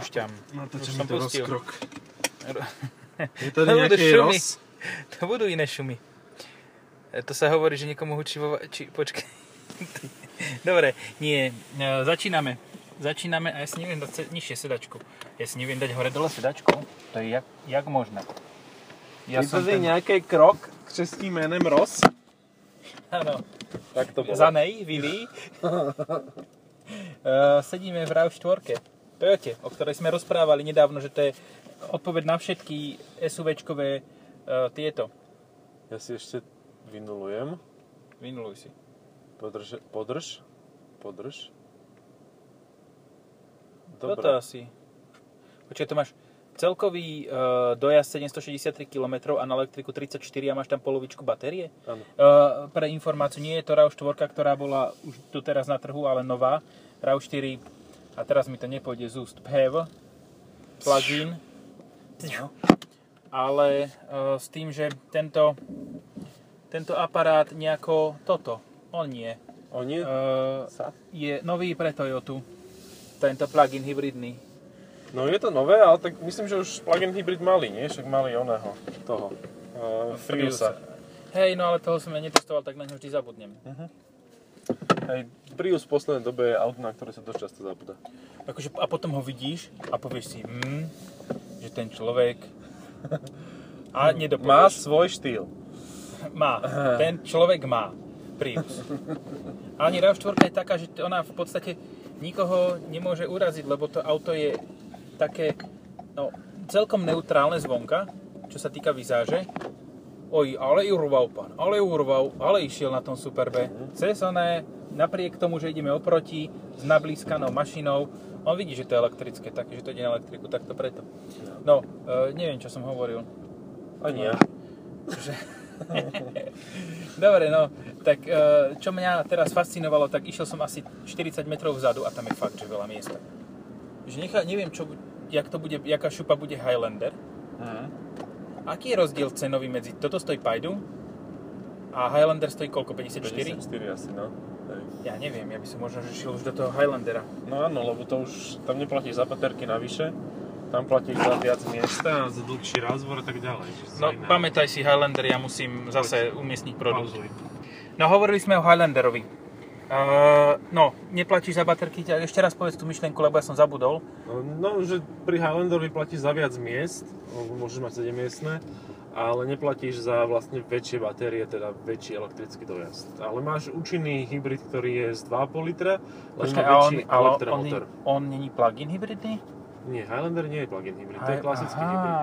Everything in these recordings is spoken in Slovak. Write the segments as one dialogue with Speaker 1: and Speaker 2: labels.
Speaker 1: Pušťam.
Speaker 2: No to
Speaker 1: Už
Speaker 2: čo
Speaker 1: som
Speaker 2: mi to
Speaker 1: pustil.
Speaker 2: rozkrok.
Speaker 1: Ro-
Speaker 2: Je tady
Speaker 1: To budú
Speaker 2: nejaký
Speaker 1: šumy.
Speaker 2: roz?
Speaker 1: To budú iné šumy. E, To sa hovorí, že niekomu hučí vo... va- Či... Počkaj. Dobre, nie. e, Začíname. Začíname a ja si neviem dať se- nižšie sedačku. Ja si neviem dať hore dole sedačku. To je jak, jak možné.
Speaker 2: Je tady nejaký krok křeským jménem Roz?
Speaker 1: Áno.
Speaker 2: Tak to
Speaker 1: Za nej, Vili. E, Sedíme v RAV4, Toyote, o ktorej sme rozprávali nedávno, že to je odpoveď na všetky SUVčkové e, tieto.
Speaker 3: Ja si ešte vynulujem.
Speaker 1: Vynuluj si.
Speaker 3: Podrž, podrž, podrž.
Speaker 1: Toto asi. Počkaj, to máš celkový uh, dojazd 763 km a na elektriku 34 a máš tam polovičku batérie?
Speaker 3: Áno.
Speaker 1: Uh, pre informáciu, nie je to RAV4, ktorá bola už doteraz na trhu, ale nová. RAV4, a teraz mi to nepôjde z úst, PHEV, plug-in. No. Ale uh, s tým, že tento, tento aparát nejako toto, on nie.
Speaker 3: O nie?
Speaker 1: Uh,
Speaker 3: Sa?
Speaker 1: je nový pre Toyotu, tento plug-in hybridný.
Speaker 3: No je to nové, ale tak myslím, že už plug-in hybrid mali, nie? Však mali oného, toho. Uh, Priusa.
Speaker 1: Hej, no ale toho som ja netestoval, tak na ňo vždy zabudnem.
Speaker 3: Aj Prius v poslednej dobe je auto, na ktoré sa dosť často zabúda.
Speaker 1: Akože, a potom ho vidíš a povieš si, mm, že ten človek... A
Speaker 3: Má
Speaker 1: nedopovieš.
Speaker 3: svoj štýl.
Speaker 1: Má. Ten človek má. Prius. Ani RAV4 je taká, že t- ona v podstate nikoho nemôže uraziť, lebo to auto je také no, celkom neutrálne zvonka, čo sa týka vizáže. Oj, ale ju urval pán, ale ju urval, ale išiel na tom Superbe. Cesané, napriek tomu, že ideme oproti, s nablískanou mašinou, on vidí, že to je elektrické, tak, že to ide na elektriku, tak to preto. No, e, neviem, čo som hovoril.
Speaker 3: Ani ja.
Speaker 1: Dobre, no, tak e, čo mňa teraz fascinovalo, tak išiel som asi 40 metrov vzadu a tam je fakt, že veľa miesta. Že nechá, neviem, čo, bu- jak to bude, jaká šupa bude Highlander.
Speaker 3: Hm.
Speaker 1: Aký je rozdiel cenový medzi, toto stojí Pajdu a Highlander stojí koľko, 54?
Speaker 3: 54 asi, no. Hej.
Speaker 1: Ja neviem, ja by som možno že šiel už do toho Highlandera.
Speaker 3: No áno, lebo to už, tam neplatíš za baterky navyše, tam platíš za viac miesta, za dlhší razbor a tak ďalej.
Speaker 1: No, pamätaj si Highlander, ja musím zase umiestniť produkt. No hovorili sme o Highlanderovi. Uh, no, neplatíš za baterky, tak ešte raz povedz tú myšlienku, lebo ja som zabudol.
Speaker 3: No, že pri Highlanderovi platíš za viac miest, lebo môžeš mať 7 miestne, ale neplatíš za vlastne väčšie batérie, teda väčší elektrický dojazd. Ale máš účinný hybrid, ktorý je z 2,5 litra, len má
Speaker 1: Počkaj, a on,
Speaker 3: väčší
Speaker 1: ale on,
Speaker 3: elektromotor.
Speaker 1: on není plug-in hybridný?
Speaker 3: Nie, Highlander nie je plug-in hybrid, to je
Speaker 1: Aj-
Speaker 3: klasický
Speaker 1: aha,
Speaker 3: hybrid.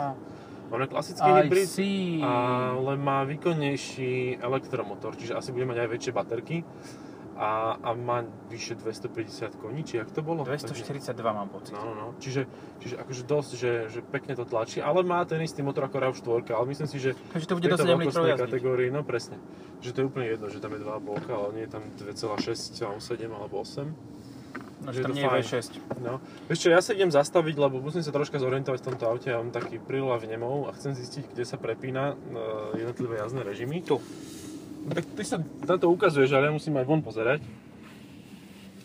Speaker 3: On je klasický
Speaker 1: I
Speaker 3: hybrid,
Speaker 1: see.
Speaker 3: ale má výkonnejší elektromotor, čiže asi bude mať aj väčšie baterky a, a má vyše 250 koní, či jak to bolo?
Speaker 1: 242 mám pocit.
Speaker 3: No, no, no. Čiže, čiže akože dosť, že, že pekne to tlačí, ale má ten istý motor ako RAV4, ale myslím si, že
Speaker 1: Takže to
Speaker 3: v
Speaker 1: bude do
Speaker 3: tejto
Speaker 1: 7 litrov
Speaker 3: veľkostnej
Speaker 1: jazdy.
Speaker 3: kategórii, no presne, že to je úplne jedno, že tam je 2,5, ale nie je tam 2,6, alebo 7 alebo 8.
Speaker 1: No,
Speaker 3: že
Speaker 1: že tam
Speaker 3: je to
Speaker 1: nie je
Speaker 3: fajn.
Speaker 1: V6.
Speaker 3: No, vieš čo, ja sa idem zastaviť, lebo musím sa troška zorientovať v tomto aute, ja mám taký prílav nemov a chcem zistiť, kde sa prepína e, jednotlivé jazdné režimy. Tu. No, tak ty sa na to ukazuješ, ale ja musím aj von pozerať.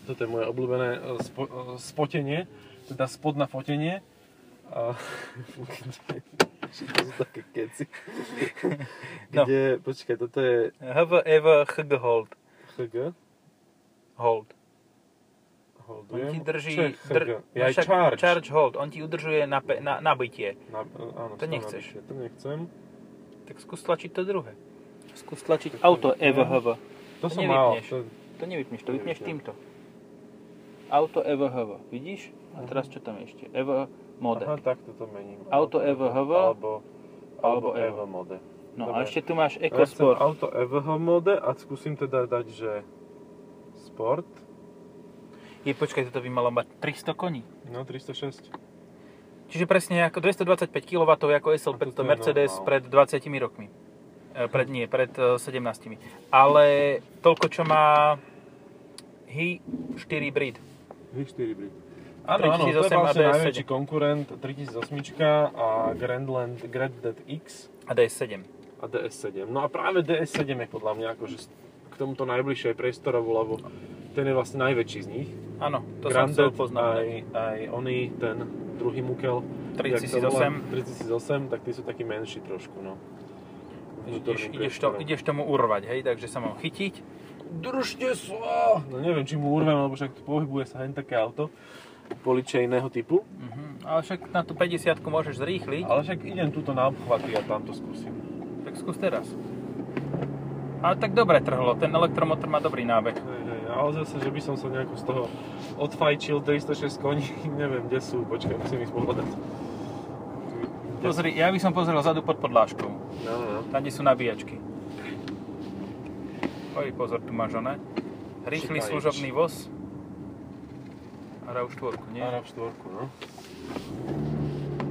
Speaker 3: Toto je moje obľúbené e, spo, e, spotenie, teda spod na fotenie. A... to sú také keci.
Speaker 1: No.
Speaker 3: Kde, počkaj, toto je
Speaker 1: HV,
Speaker 3: E
Speaker 1: EV, HG, hold.
Speaker 3: HG,
Speaker 1: Hold. On
Speaker 3: holdujem.
Speaker 1: ti drží...
Speaker 3: Čo je HG?
Speaker 1: dr-
Speaker 3: Ja
Speaker 1: no
Speaker 3: aj
Speaker 1: však
Speaker 3: charge.
Speaker 1: charge hold. On ti udržuje na, pe- na, nabitie.
Speaker 3: Na, áno,
Speaker 1: To nechceš.
Speaker 3: nabitie, To nechcem.
Speaker 1: Tak skús tlačiť to druhé. Skús tlačiť auto E EV, HV. To
Speaker 3: To som mal.
Speaker 1: nevypneš.
Speaker 3: To,
Speaker 1: To nevypneš, to vypneš
Speaker 3: Nevypnem.
Speaker 1: týmto. Auto E EVHV, vidíš? A teraz čo tam je ešte? E EV mode.
Speaker 3: aha, takto to mením.
Speaker 1: Auto E EVHV?
Speaker 3: Alebo,
Speaker 1: Alebo
Speaker 3: alebo
Speaker 1: EV.
Speaker 3: EV mode.
Speaker 1: No a
Speaker 3: dobre.
Speaker 1: ešte tu máš
Speaker 3: Ja chcem
Speaker 1: EcoSport.
Speaker 3: auto EVH mode a skúsim teda dať, že sport.
Speaker 1: Je, počkaj, toto by malo mať 300 koní.
Speaker 3: No, 306.
Speaker 1: Čiže presne ako 225 kW ako SL
Speaker 3: A
Speaker 1: pred
Speaker 3: toto je
Speaker 1: Mercedes
Speaker 3: normál. Hm.
Speaker 1: pred 20 rokmi. E, Pred nie, pred e, 17. Ale toľko, čo má Hy4 Breed.
Speaker 3: V4 Brit. Áno, áno, to je
Speaker 1: 3008
Speaker 3: vlastne
Speaker 1: ABS7.
Speaker 3: najväčší konkurent 3008 a Grandland Grand Dead X
Speaker 1: A DS7.
Speaker 3: a DS7. No a práve DS7 je podľa mňa akože k tomuto najbližšie aj priestorovo, lebo ten je vlastne najväčší z nich.
Speaker 1: Áno, to som
Speaker 3: Grand
Speaker 1: chcel
Speaker 3: Dead,
Speaker 1: poznamenať.
Speaker 3: aj, aj oný, ten druhý mukel. jak to volá,
Speaker 1: 3008.
Speaker 3: 3008, tak tí sú takí menší trošku, no.
Speaker 1: Ideš,
Speaker 3: Vnútorný
Speaker 1: ideš, to,
Speaker 3: priestor.
Speaker 1: ideš tomu urvať, hej, takže sa mám chytiť.
Speaker 3: Držte sa! No neviem, či mu urvem, lebo však tu pohybuje sa hen také auto poliče iného typu.
Speaker 1: Mhm. Ale však na tú 50 môžeš zrýchliť,
Speaker 3: Ale však idem túto na obchvaty a tam to skúsim.
Speaker 1: tak skús teraz. Ale tak dobre trhlo, ten elektromotor má dobrý nábeh.
Speaker 3: Hej, hej, Ale zase, že by som sa nejako z toho odfajčil 306 koní, neviem, kde sú, počkaj, musím ich pohľadať.
Speaker 1: Pozri, ja by som pozrel zadu pod podlážkou,
Speaker 3: No, no, no.
Speaker 1: tam, kde sú nabíjačky. Oj, pozor, tu máš oné. Rýchly
Speaker 3: Čítajič.
Speaker 1: služobný voz. A RAV4, nie?
Speaker 3: Arab 4, no.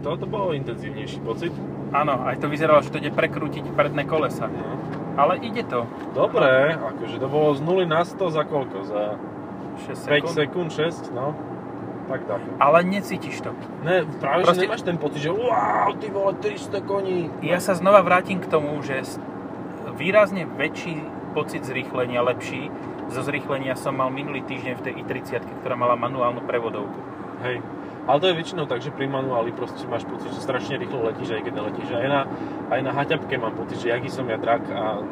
Speaker 3: Toto bolo intenzívnejší pocit.
Speaker 1: Áno, aj to vyzeralo, že to ide prekrútiť predné kolesa.
Speaker 3: No.
Speaker 1: Ale ide to.
Speaker 3: Dobre, akože to bolo z 0 na 100 za koľko? Za
Speaker 1: 6
Speaker 3: 5
Speaker 1: sekúnd.
Speaker 3: sekúnd, 6, no. Tak tak.
Speaker 1: Ale necítiš to.
Speaker 3: Ne, práve
Speaker 1: Proste-
Speaker 3: že nemáš ten pocit, že wow, ty vole, 300 koní.
Speaker 1: Ja sa znova vrátim k tomu, že s- výrazne väčší pocit zrýchlenia, lepší zo zrýchlenia som mal minulý týždeň v tej i30, ktorá mala manuálnu prevodovku.
Speaker 3: Hej. Ale to je väčšinou tak, že pri manuáli proste máš pocit, že strašne rýchlo letíš, aj keď neletíš. Aj na, aj na haťapke mám pocit, že jaký som ja drak a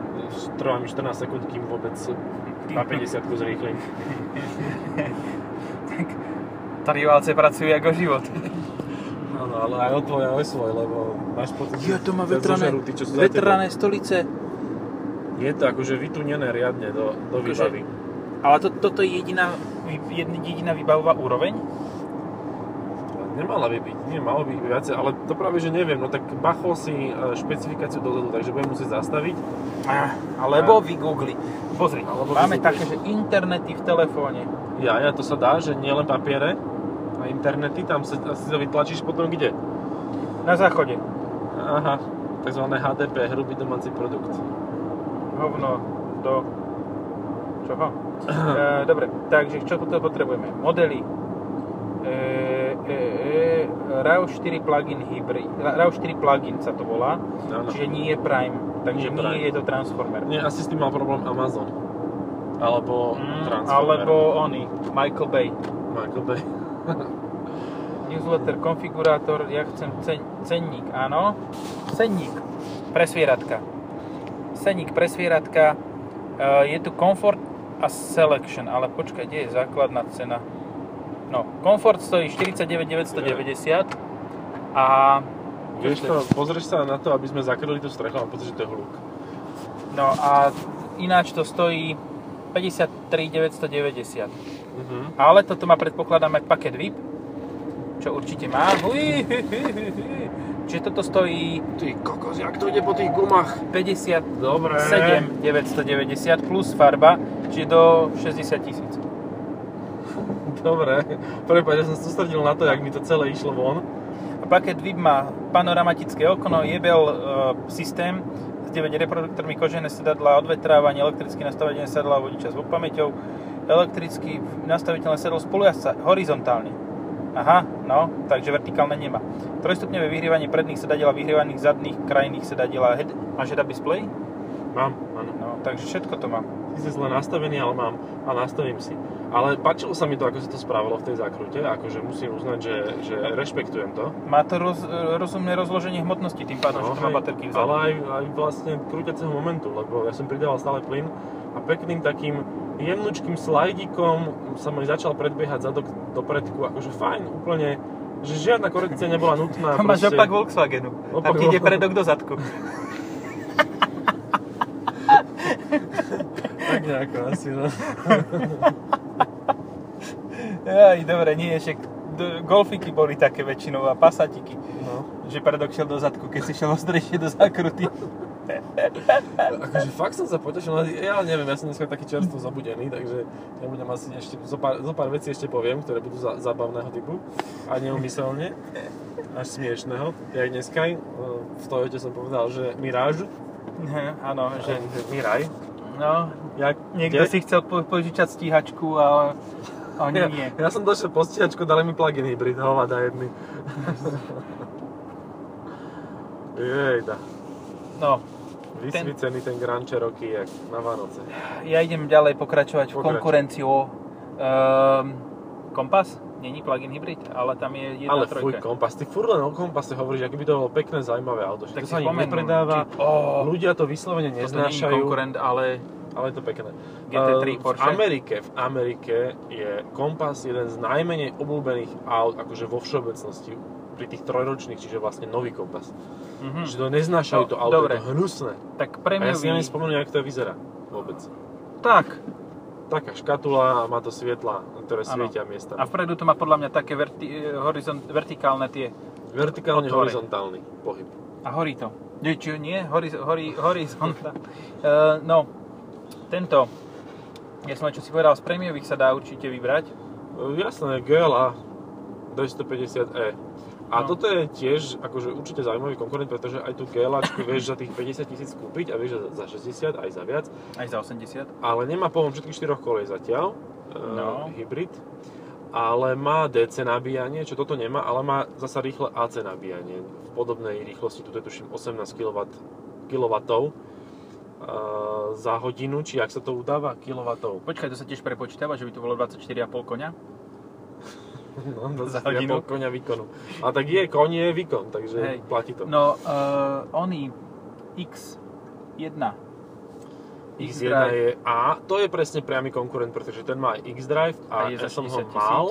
Speaker 3: trvá mi 14 sekúnd, kým vôbec na
Speaker 1: Hm,
Speaker 3: 50 zrýchlim.
Speaker 1: Triválce pracujú ako život.
Speaker 3: Áno, ale aj o tvoj, aj o svoj, lebo máš pocit, ťa zožerú tí, čo sú za
Speaker 1: stolice.
Speaker 3: tebou. Je to akože vytunené riadne do, do
Speaker 1: Akože-
Speaker 3: výbavy.
Speaker 1: Ale to, toto je jediná, vy- jedn- jediná výbavová úroveň?
Speaker 3: Nemala by byť, nie, malo by ich byť viacej, ale to práve, že neviem, no tak bachol si e, špecifikáciu dozadu, takže budem musieť zastaviť.
Speaker 1: Alebo vygoogli. Pozri,
Speaker 3: Alebo
Speaker 1: máme
Speaker 3: vygoogli.
Speaker 1: také, že internety v telefóne.
Speaker 3: Ja, ja, to sa dá, že nie len papiere a internety, tam sa, si to vytlačíš potom kde?
Speaker 1: Na záchode.
Speaker 3: Aha, tzv. HDP, hrubý domáci produkt.
Speaker 1: Hovno do... Čoho? E, dobre, takže čo to potrebujeme? Modely. E, e, e, RAV4 plug-in hybrid. RAV4 plug-in sa to volá.
Speaker 3: Áno.
Speaker 1: Čiže nie je Prime. Takže
Speaker 3: Nie
Speaker 1: nie,
Speaker 3: Prime.
Speaker 1: je to Transformer.
Speaker 3: Nie, asi s tým mal problém Amazon. Alebo
Speaker 1: Mm,
Speaker 3: Transformer.
Speaker 1: alebo oni, Michael Bay.
Speaker 3: Michael Bay.
Speaker 1: Newsletter, konfigurátor, ja chcem cen, cenník, áno. Cenník pre svieratka. Cenník pre svieratka. E, je tu Comfort a Selection, ale počkaj, kde je základná cena? No, Comfort stojí 49,990 a
Speaker 3: Vieš to, pozrieš sa na to, aby sme zakryli tú strechu, mám pocit, že to je hluk.
Speaker 1: no a ináč to stojí 53,990.
Speaker 3: Mhm.
Speaker 1: Ale toto má predpokladám aj paket VIP, čo určite má. Ui, hi, hi, hi, hi. Čiže toto stojí
Speaker 3: Ty kokos, jak to ide po tých gumách?
Speaker 1: 57
Speaker 3: Dobre.
Speaker 1: 990 plus farba, čiže do 60 tisíc.
Speaker 3: Dobre. Prepáč, ja som sa sústredil na to, jak mi to celé išlo von.
Speaker 1: A paket VIP má panoramatické okno, jebel e, systém s 9 reproduktormi, kožené sedadla, odvetrávanie, elektricky nastavenie sedadla vodiča s pamäťou, elektricky nastaviteľné sedlo spolujazca horizontálne. Aha, no, takže vertikálne nemá. Trojstupňové vyhrievanie predných sedadiel a vyhrievaných zadných krajných sedadiel a head, máš head-up display?
Speaker 3: Mám, áno.
Speaker 1: No, takže všetko to má.
Speaker 3: Sice zle nastavený, ale mám a nastavím si. Ale páčilo sa mi to, ako sa to spravilo v tej zákrute, akože musím uznať, že, že rešpektujem to.
Speaker 1: Má to roz, rozumné rozloženie hmotnosti, tým pádom, že to má
Speaker 3: No, hej,
Speaker 1: baterky
Speaker 3: ale
Speaker 1: vzadu.
Speaker 3: aj, aj vlastne krúťaceho momentu, lebo ja som pridával stále plyn a pekným takým jemnučkým slajdikom sa mi začal predbiehať zadok do predku, akože fajn, úplne, že žiadna korekcia nebola nutná.
Speaker 1: To máš
Speaker 3: proste. No,
Speaker 1: opak Volkswagenu. Tam
Speaker 3: Opak
Speaker 1: ti ide
Speaker 3: Volkswagenu.
Speaker 1: predok do zadku.
Speaker 3: Tak nejako asi, no.
Speaker 1: Aj, dobre, nie, však d- golfiky boli také väčšinou a pasatiky,
Speaker 3: no.
Speaker 1: že predok šiel do zadku, keď si šiel ostrejšie do zákruty.
Speaker 3: Akože fakt som sa potešil, ale ja neviem, ja som dneska taký čerstvo zabudený, takže ja budem asi ešte, zo pár, zo pár vecí ešte poviem, ktoré budú za, zábavného typu a neumyselne, až smiešného. Ja aj dneska e, v Toyote som povedal, že Mirage,
Speaker 1: Mhm, Áno,
Speaker 3: že
Speaker 1: že
Speaker 3: Miraj,
Speaker 1: no,
Speaker 3: ja,
Speaker 1: niekto si chcel po- požičať stíhačku a oni
Speaker 3: ja,
Speaker 1: nie.
Speaker 3: ja som došiel po stíhačku, dali mi plug-in hybrid, hovada jedný. Jejda,
Speaker 1: No,
Speaker 3: vysvícený ten Grand Cherokee jak na Vánoce.
Speaker 1: ja idem ďalej pokračovať v
Speaker 3: Pokračuj.
Speaker 1: konkurenciu. Ehm, kompas? Není plug-in hybrid, ale tam je jedna
Speaker 3: Ale fuj,
Speaker 1: trojka.
Speaker 3: kompas, ty furt len o kompase hovoríš, aký by to bolo pekné, zaujímavé auto. Že
Speaker 1: Tak
Speaker 3: to
Speaker 1: si
Speaker 3: sa ani
Speaker 1: spomenul,
Speaker 3: nepredáva,
Speaker 1: či- Ó,
Speaker 3: ľudia to vyslovene
Speaker 1: toto nie je
Speaker 3: neznášajú,
Speaker 1: konkurent, ale
Speaker 3: ale je to pekné.
Speaker 1: GT3
Speaker 3: Ehm, v
Speaker 1: Porsche.
Speaker 3: Amerike, v Amerike je kompas jeden z najmenej obľúbených aut, akože vo všeobecnosti pri tých trojročných, čiže vlastne nový kompas.
Speaker 1: Mhm.
Speaker 3: Že to neznášajú
Speaker 1: No,
Speaker 3: to auto,
Speaker 1: dobre.
Speaker 3: je to hnusné.
Speaker 1: Tak
Speaker 3: A ja si
Speaker 1: prémiový.
Speaker 3: neviem spomenúť, ako to vyzerá vôbec.
Speaker 1: tak.
Speaker 3: Taká škatula a má to svietla, ktoré
Speaker 1: Áno.
Speaker 3: svietia miesta.
Speaker 1: A vpredu to má podľa mňa také verti, eh, horizont, vertikálne tie.
Speaker 3: Vertikálne
Speaker 1: Otvore.
Speaker 3: horizontálny pohyb.
Speaker 1: A horí to. Nie, Či, nie? Horiz, hori, horizonta. Eh, no, tento. Ja som aj čo si povedal, z prémiových sa dá určite vybrať.
Speaker 3: E, Jasné, GLA 250e. E. A
Speaker 1: No.
Speaker 3: toto je tiež akože určite zaujímavý konkurent, pretože aj tú GLAčku vieš za tých 50 tisíc kúpiť a vieš za za 60 aj za viac,
Speaker 1: Aj za 80.
Speaker 3: ale nemá pohon všetkých štyroch kolej zatiaľ, no.
Speaker 1: No.
Speaker 3: hybrid, ale má DC nabíjanie, čo toto nemá, ale má zasa rýchle AC nabíjanie v podobnej rýchlosti, tu je tuším 18 kW, kW eh, za hodinu, či ak sa to udáva, kilovatov.
Speaker 1: Počkaj, to sa tiež prepočítava, že by to bolo 24,5 konia.
Speaker 3: No,
Speaker 1: Za
Speaker 3: za
Speaker 1: hodinu?
Speaker 3: hodinu. konia výkonu. A tak je, koň je výkon, takže
Speaker 1: Hej.
Speaker 3: Hej. platí to.
Speaker 1: No, uh, oný X1.
Speaker 3: X1 je A, to je presne priamy konkurent, pretože ten má aj X-Drive
Speaker 1: A
Speaker 3: a,
Speaker 1: je
Speaker 3: ja
Speaker 1: za
Speaker 3: som ho
Speaker 1: 60 000.
Speaker 3: mal.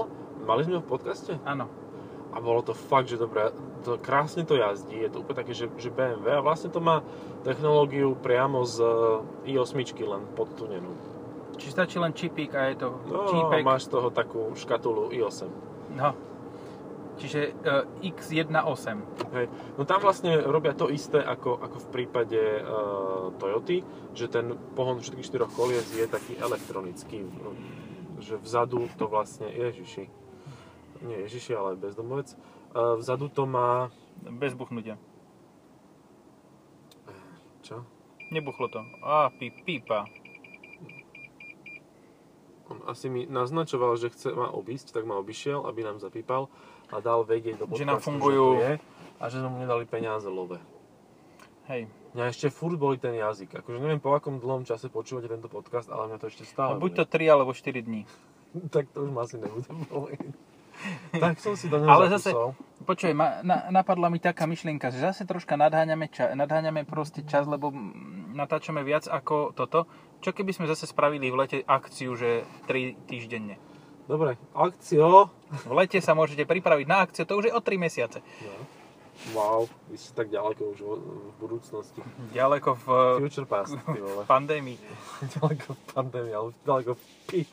Speaker 3: Mali sme ho v podcaste
Speaker 1: Áno.
Speaker 3: a bolo to fakt, že dobré, to krásne to jazdí, je to úplne také, že, že BMW a vlastne to má technológiu priamo z e, i8 len podtunenú.
Speaker 1: Či stačí len čipík a je to
Speaker 3: No,
Speaker 1: čípek.
Speaker 3: a máš z toho takú škatulu i8.
Speaker 1: No. Čiže uh, X18.
Speaker 3: Hej. No tam vlastne robia to isté ako, ako v prípade e, Toyoty, že ten pohon všetkých štyroch kolies je taký elektronický. No, Že vzadu to vlastne, ježiši, nie ježiši, ale bezdomovec, e, vzadu to má,
Speaker 1: Bez buchnutia.
Speaker 3: čo?
Speaker 1: Nebuchlo to. Á, pí, pípa.
Speaker 3: On asi mi naznačoval, že chce ma obísť, tak ma obišiel, aby nám zapípal a dal vedieť do podcastu,
Speaker 1: Že nám
Speaker 3: to
Speaker 1: fungujú.
Speaker 3: je a že sme mu nedali peniaze love.
Speaker 1: Hej.
Speaker 3: Mňa ešte furt boli ten jazyk. Akože neviem, po akom dlhom čase počúvate tento podcast, ale mňa to ešte stále
Speaker 1: No,
Speaker 3: boli.
Speaker 1: buď to 3 alebo 4 dní.
Speaker 3: tak to už ma asi nebude boliť. tak som si do neho
Speaker 1: Ale
Speaker 3: Ale
Speaker 1: zase-
Speaker 3: zase...
Speaker 1: Počuj, ma, na, napadla mi taká myšlienka, že zase troška nadháňame, ča, nadháňame proste čas, lebo mm, natáčame viac ako toto. Čo keby sme zase spravili v lete akciu, že 3 týždenne?
Speaker 3: Dobre, akcio.
Speaker 1: V lete sa môžete pripraviť na akciu, to už je o 3 mesiace.
Speaker 3: No. Wow, vy ste tak ďaleko už vo, v budúcnosti.
Speaker 1: Ďaleko v,
Speaker 3: Future past, ty
Speaker 1: v
Speaker 3: vole.
Speaker 1: pandémii.
Speaker 3: ďaleko v pandémii, ale ďaleko v pi-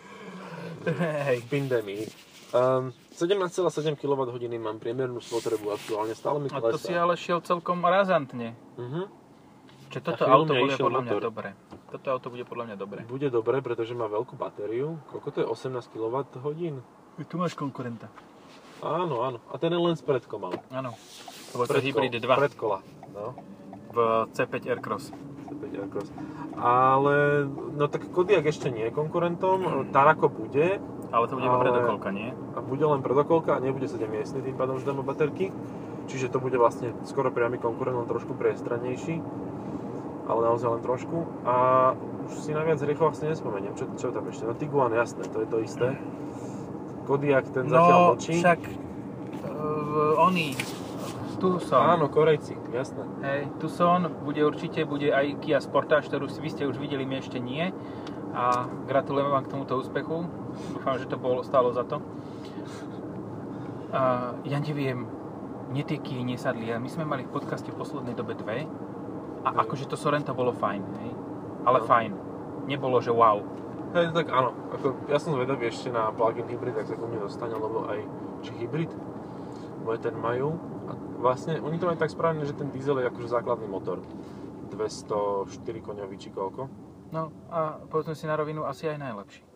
Speaker 1: Hej.
Speaker 3: pandémii. Um, 17,7 kWh mám priemernú spotrebu aktuálne, stále mi
Speaker 1: A to
Speaker 3: to
Speaker 1: si ale šiel celkom razantne.
Speaker 3: uh-huh.
Speaker 1: Čo toto
Speaker 3: A chvíľu
Speaker 1: auto
Speaker 3: mne
Speaker 1: bude
Speaker 3: išiel
Speaker 1: podľa mňa
Speaker 3: motor.
Speaker 1: dobre. Toto auto bude podľa mňa dobre.
Speaker 3: Bude dobre, pretože má veľkú batériu. Koľko to je? 18 kWh?
Speaker 1: Tu máš konkurenta.
Speaker 3: Áno, áno. A ten je len s predkom, ale.
Speaker 1: Áno. To bol to
Speaker 3: Predkol-
Speaker 1: Hybrid 2
Speaker 3: Predkola. No.
Speaker 1: v C5 Aircross.
Speaker 3: 5 Aircross. Ale, no tak Kodiak ešte nie je konkurentom, Tarako bude
Speaker 1: Ale to bude iba
Speaker 3: Ale-
Speaker 1: predokolka, nie?
Speaker 3: a bude len predokolka a nebude 7 miestny tým pádom, že tam má baterky. Čiže to bude vlastne skoro priamy konkurent, len trošku priestranejší, ale naozaj len trošku. A už si na viac hriechov asi nespomeniem, čo, čo tam ešte. No Tiguan, jasné, to je to isté. Kodiak ten
Speaker 1: No,
Speaker 3: zatiaľ mlčí.
Speaker 1: však uh, oni, Tucson,
Speaker 3: Áno, Korejci, jasné.
Speaker 1: hej, Tucson bude určite, bude aj Kia Sportage, ktorú si- vy ste už videli, my ešte nie. A gratulujeme vám k tomuto úspechu. Dúfam, že to bolo, stálo za to. A ja neviem, mne tie Kia nesadli. A My sme mali v podcaste v poslednej dobe dve. A
Speaker 3: Hej.
Speaker 1: akože to Sorento bolo fajn, hej. Ale
Speaker 3: No.
Speaker 1: fajn. Nebolo, že wow.
Speaker 3: Hej, tak áno, ako, ja som zvedavý ešte na plug-in hybrid, ak sa ku mne dostane, lebo aj či hybrid, moje ten majú. A vlastne, oni to majú tak správne, že ten diesel je akože základný motor. 204 koňový či koľko.
Speaker 1: No a povedzme si na rovinu, asi aj najlepší.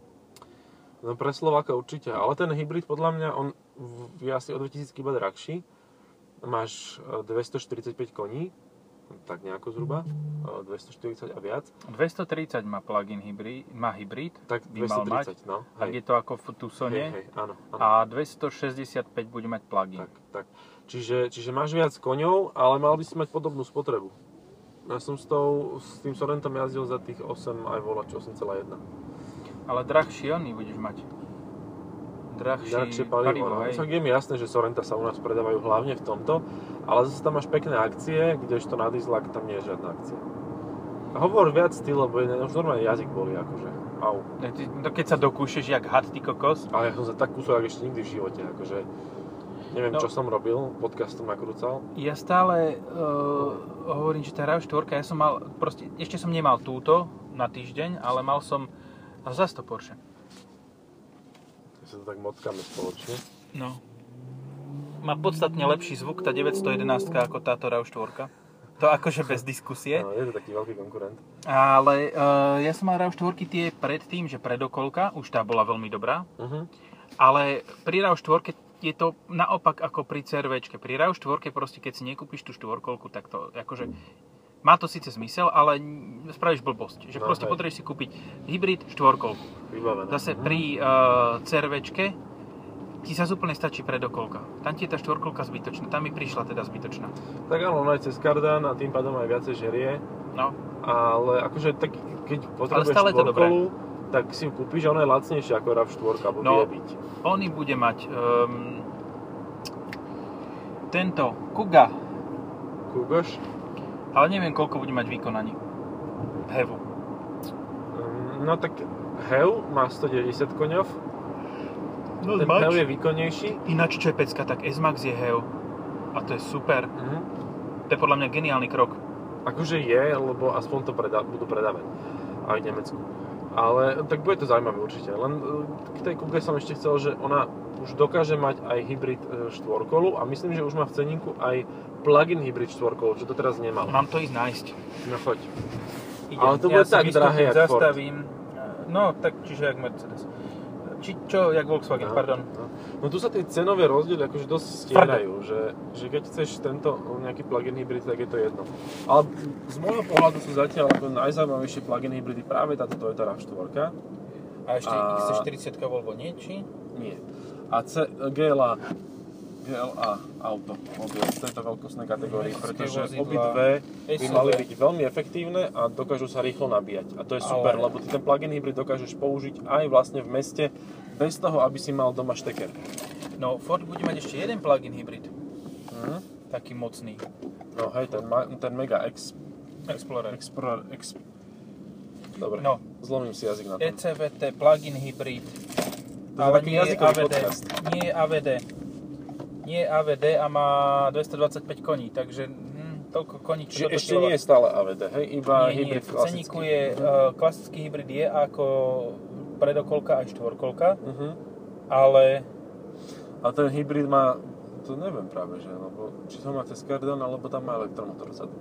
Speaker 3: No pre Slováka určite, ale ten hybrid podľa mňa, on v- je asi o 2000 kg drahší. Máš e, 245 koní, tak nejako zhruba, e, 240 a viac,
Speaker 1: 230 má plug-in hybrid, má hybrid,
Speaker 3: tak
Speaker 1: by mal mať,
Speaker 3: 230, no.
Speaker 1: tak je to ako v Tucsone.
Speaker 3: hej, hej, áno, áno.
Speaker 1: A 265 bude mať plug-in.
Speaker 3: Tak, tak. Čiže, čiže máš viac koňov, ale mal by si mať podobnú spotrebu. Ja som s, tou, s tým Sorrentom jazdil za tých 8 aj volač 8,1.
Speaker 1: Ale drahší oný budeš mať.
Speaker 4: drahšie,
Speaker 3: drahšie palivo. no. Však je mi jasné, že Sorenta sa u nás predávajú hlavne v tomto, ale zase tam máš pekné akcie, kdežto na dieslak tam nie je žiadna akcia. A hovor viac ty, lebo je, už normálne jazyk boli akože. Au.
Speaker 4: No, ty, no keď sa dokúšeš jak had, ty kokos,
Speaker 3: Ale ja som sa tak kúsol, jak ešte nikdy v živote, akože. Neviem,
Speaker 4: No.
Speaker 3: čo som robil, podcast som nakrúcal.
Speaker 4: ja stále uh, hovorím, že tá RAV4, ja som mal, proste, ešte som nemal túto na týždeň, ale mal som, no zase to Porsche.
Speaker 3: My sa to tak mockáme spoločne.
Speaker 4: No. Má podstatne lepší zvuk tá 911 ako táto RAV4. To akože bez diskusie.
Speaker 3: No, je to taký veľký konkurent.
Speaker 4: Ale uh, ja som mal RAV4 tie predtým, že predokolka, už tá bola veľmi dobrá.
Speaker 3: Uh-huh.
Speaker 4: Ale pri RAV4 je to naopak ako pri CRVčke. Pri RAV4 proste, keď si nekúpiš tú štvorkolku, tak to akože... Má to síce zmysel, ale n- spravíš blbosť. Že
Speaker 3: No,
Speaker 4: proste
Speaker 3: hej.
Speaker 4: potrebuješ si kúpiť hybrid štvorkolku.
Speaker 3: Vybavené.
Speaker 4: Zase
Speaker 3: Mhm.
Speaker 4: pri uh, CRVčke ti sa úplne stačí predokolka. Tam ti je tá štvorkolka zbytočná. Tam mi prišla teda zbytočná.
Speaker 3: Mhm. Tak áno, ona je cez kardán a tým pádom aj viacej žerie.
Speaker 4: No,
Speaker 3: Ale akože tak, keď potrebuješ
Speaker 4: stále je to dobré.
Speaker 3: štvorkolu, tak si ju kúpiš a ona je lacnejšia ako RAV4, alebo
Speaker 4: No.
Speaker 3: vie byť.
Speaker 4: Oni bude mať um, tento Kuga,
Speaker 3: Kúkaš?
Speaker 4: ale neviem koľko bude mať výkonaní. Hevu.
Speaker 3: Mm, No tak Heu má 190 koňov,
Speaker 4: No,
Speaker 3: ten Heu je výkonnejší.
Speaker 4: Ináč Čepecka, tak S-Max je Heu. A to je super.
Speaker 3: Mhm.
Speaker 4: To je podľa mňa geniálny krok.
Speaker 3: Akože je, lebo aspoň to predá, budú predávať aj v Nemecku. Ale tak bude to zaujímavé určite. Len e, k tej kúke som ešte chcel, že ona už dokáže mať aj hybrid e, štvorkolu a myslím, že už má v ceníku aj plug-in hybrid štvorkolu, čo to teraz nemalo.
Speaker 4: Mám to ísť nájsť.
Speaker 3: No choď.
Speaker 1: Idem.
Speaker 3: Ale to bude
Speaker 1: si
Speaker 3: tak
Speaker 1: vystúpim,
Speaker 3: drahé, jak Ford.
Speaker 1: zastavím. No, tak čiže jak Mercedes. Či čo, jak Volkswagen,
Speaker 3: No,
Speaker 1: pardon.
Speaker 3: No. no tu sa tie cenové rozdiely akože dosť stierajú, že, že keď chceš tento eh, nejaký plug-in hybrid, tak je to jedno. Ale z môjho pohľadu sú zatiaľ ako najzaujímavejšie plug-in hybridy práve táto Toyota RAV4.
Speaker 1: A ešte
Speaker 3: A-
Speaker 1: XC40 Volvo nie, či?
Speaker 3: Nie. A C, GLA, GLA auto, mobil z tejto veľkostnej kategórii,
Speaker 1: Mestské
Speaker 3: pretože
Speaker 1: vozidlá,
Speaker 3: obidve by
Speaker 1: SUV.
Speaker 3: mali byť veľmi efektívne a dokážu sa rýchlo nabíjať. A to je super,
Speaker 1: Ale-
Speaker 3: lebo ty ten plug-in hybrid dokážeš použiť aj vlastne v meste, bez toho, aby si mal doma šteker.
Speaker 1: No, Ford bude mať ešte jeden plug-in hybrid.
Speaker 3: Mhm.
Speaker 1: Taký mocný.
Speaker 3: No hej, ten, ma- ten Mega X,
Speaker 1: Explorer.
Speaker 3: Explorer X... Dobre,
Speaker 1: No.
Speaker 3: zlomím si jazyk na
Speaker 1: E
Speaker 3: tom.
Speaker 1: ECVT, plug-in hybrid.
Speaker 3: To je
Speaker 1: Ale
Speaker 3: taký
Speaker 1: nie je
Speaker 3: jazykový
Speaker 1: AVD.
Speaker 3: podcast.
Speaker 1: Nie je AVD. Nie je AVD a má 225 koní, takže hm, toľko koní,
Speaker 3: Čiže
Speaker 1: čo toto
Speaker 3: ešte
Speaker 1: telo-
Speaker 3: nie je stále AVD, hej, iba
Speaker 1: nie, nie,
Speaker 3: hybrid
Speaker 1: v
Speaker 3: klasický.
Speaker 1: ceníku je uh, klasický hybrid je ako predokolka aj štvorkolka,
Speaker 3: Mhm.
Speaker 1: ale
Speaker 3: A ten hybrid má, to neviem práve, že, lebo či to má cez kardan, alebo tam má elektromotor vzadu.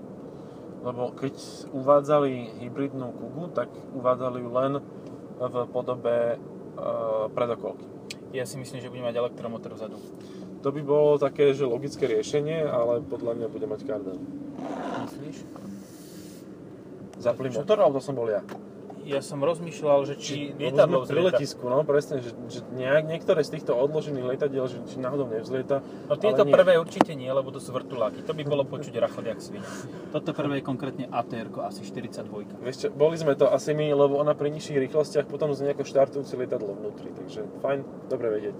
Speaker 3: Lebo keď uvádzali hybridnú kugu, tak uvádzali ju len v podobe e, predokolky.
Speaker 1: ja si myslím, že bude mať elektromotor vzadu.
Speaker 3: To by bolo také, že logické riešenie, ale podľa mňa bude mať kardan.
Speaker 1: Myslíš?
Speaker 3: Zapli motor, alebo to som bol ja.
Speaker 1: Ja som rozmýšľal, že či
Speaker 3: Lebo
Speaker 1: lietadlo
Speaker 3: sme pri
Speaker 1: vzlieta.
Speaker 3: letisku, no presne, že, že nejak, niektoré z týchto odložených lietadiel, že či náhodou nevzlieta.
Speaker 1: No tieto
Speaker 3: ale nie.
Speaker 1: prvé určite nie, lebo to sú vrtuláky. To by bolo počuť rachod jak svin. Toto prvé je konkrétne atr asi 42.
Speaker 3: Vieš čo, boli sme to asi my, lebo ona pri nižších rýchlostiach potom znie ako štartujúce lietadlo vnútri, takže fajn, dobre vedieť.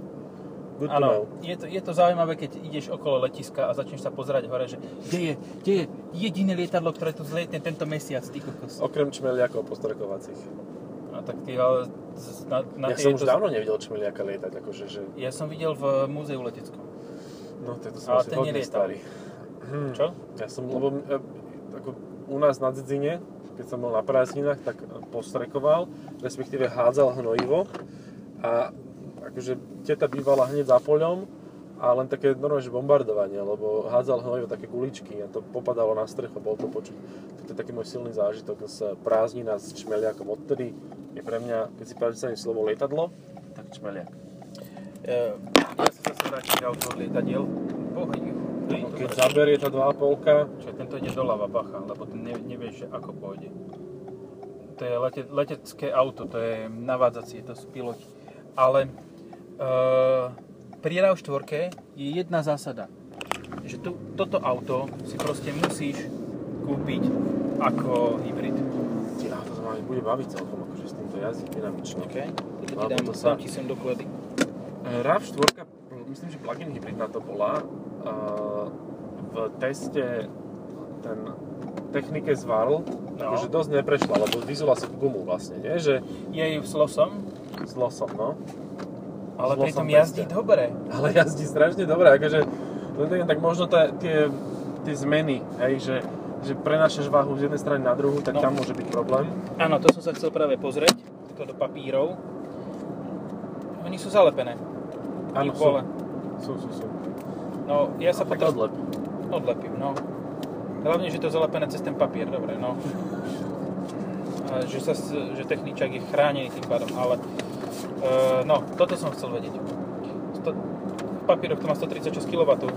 Speaker 3: Good to know.
Speaker 1: Áno, je to, je to zaujímavé, keď ideš okolo letiska a začneš sa pozerať hore, že kde je, kde je jediné lietadlo, ktoré tu zlietne tento mesiac, ty kokos.
Speaker 3: Okrem čmeliakov postrkovacích.
Speaker 1: A tak ty ale z- na, na
Speaker 3: Ja som už dávno nevidel čmeliaka lietať, akože, že...
Speaker 1: Ja som videl v múzeu leteckom.
Speaker 3: No, to je to
Speaker 1: Ale
Speaker 3: som asi
Speaker 1: ten
Speaker 3: hodne
Speaker 1: nelietal.
Speaker 3: starý. Hm.
Speaker 1: Čo?
Speaker 3: Ja som, lebo e, ako u nás na dzine, keď som bol na prázdninách, tak postrekoval, respektíve hádzal hnojivo a akože teta bývala hneď za poľom a len také normálne, že bombardovanie, lebo hádzal hnojivo také guličky a to popadalo na strechu, bol to počuť. Tak to je taký môj silný zážitok z prázdnina s čmeliakom. Odtedy je pre mňa, keď si predstavím slovo lietadlo, tak čmeliak. E,
Speaker 1: Eh, ja sa zase vrátim k autu od lietadiel. Bohaj, hej,
Speaker 3: No,
Speaker 1: dobre.
Speaker 3: Keď zaberie tá 2,5,
Speaker 1: Čo, tento ide doľava, bacha, lebo ty ne, nevieš, že ako pôjde. To je lete, letecké auto, to je navádzacie, to sú piloti. Ale uh, pri RAV4 je jedna zásada, že tu, toto auto si proste musíš kúpiť ako hybrid.
Speaker 3: ja, to sa ma bude baviť celkom, akože s týmto jazyk dynamične.
Speaker 1: Okay? To ti
Speaker 3: Lebo
Speaker 1: dám,
Speaker 3: to sa-
Speaker 1: dám ti sem doklady.
Speaker 3: E, RAV4, mm, myslím, že plug-in hybridná to bola, a v teste ten technike zvarl, no. akože dosť neprešla, lebo dizula si gumu vlastne, nie? Že
Speaker 1: Jej s losom,
Speaker 3: s losom, no.
Speaker 1: ale
Speaker 3: S losom
Speaker 1: pritom jazdí
Speaker 3: peste.
Speaker 1: dobre.
Speaker 3: Ale jazdí strašne dobre, akože, len tak, tak možno tá, tie, tie zmeny, hej, že, že prenášaš váhu z jednej strany na druhú,
Speaker 1: No.
Speaker 3: tak tam môže byť problém.
Speaker 1: Áno, to som sa chcel práve pozrieť, to do papírov. Oni sú zalepené.
Speaker 3: Áno,
Speaker 1: ich
Speaker 3: sú,
Speaker 1: vole.
Speaker 3: sú, sú, sú.
Speaker 1: No, ja sa
Speaker 3: Tak
Speaker 1: potom
Speaker 3: odlep.
Speaker 1: odlepím, no. Hlavne, že to je zalepené cez ten papier, dobre, no. A že, sa, s- že techničák je chránený tým pádom, ale... E, no, toto som chcel vedieť. Sto, v papieroch to má 136 kW.
Speaker 3: No,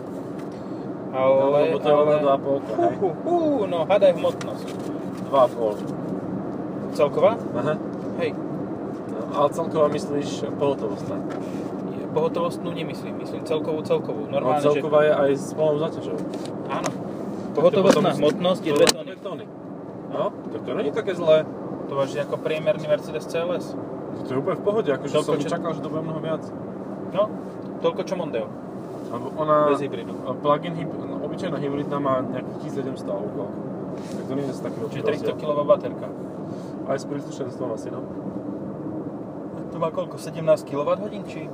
Speaker 1: Ale...
Speaker 3: lebo to je len 2,5, to,
Speaker 1: Hú,
Speaker 3: hej.
Speaker 1: hú, hú, no, hádaj hmotnosť.
Speaker 3: 2,5.
Speaker 1: Celková?
Speaker 3: Aha.
Speaker 1: Hej.
Speaker 3: No, ale celkovo myslíš pohotovostná.
Speaker 1: Pohotovostnú nemyslím, myslím celkovú, celkovú.
Speaker 3: No,
Speaker 1: Normálne,
Speaker 3: celková je aj s polnou záťažou.
Speaker 1: že... Áno. Pohotovostná
Speaker 3: potom-
Speaker 1: hmotnosť je 2 tony.
Speaker 3: tóny. No, tak to není také zlé.
Speaker 1: To váži ako priemerný Mercedes CLS.
Speaker 3: To je úplne v pohode, akože
Speaker 1: Toľko,
Speaker 3: som
Speaker 1: čo-
Speaker 3: čakal, že to bude mnoho viac.
Speaker 1: No, toľko čo Mondeo,
Speaker 3: Lebo ona,
Speaker 1: bez hybridu.
Speaker 3: plug-in, hyb, no, obyčajná hybridná má nejakých 1700 aukov. Tak to nie je zase taký veľký
Speaker 1: Čiže
Speaker 3: rozdiel.
Speaker 1: 300 kW baterka.
Speaker 3: Aj s príslušenstvom asi, no.
Speaker 1: To má koľko? 17 kWh či?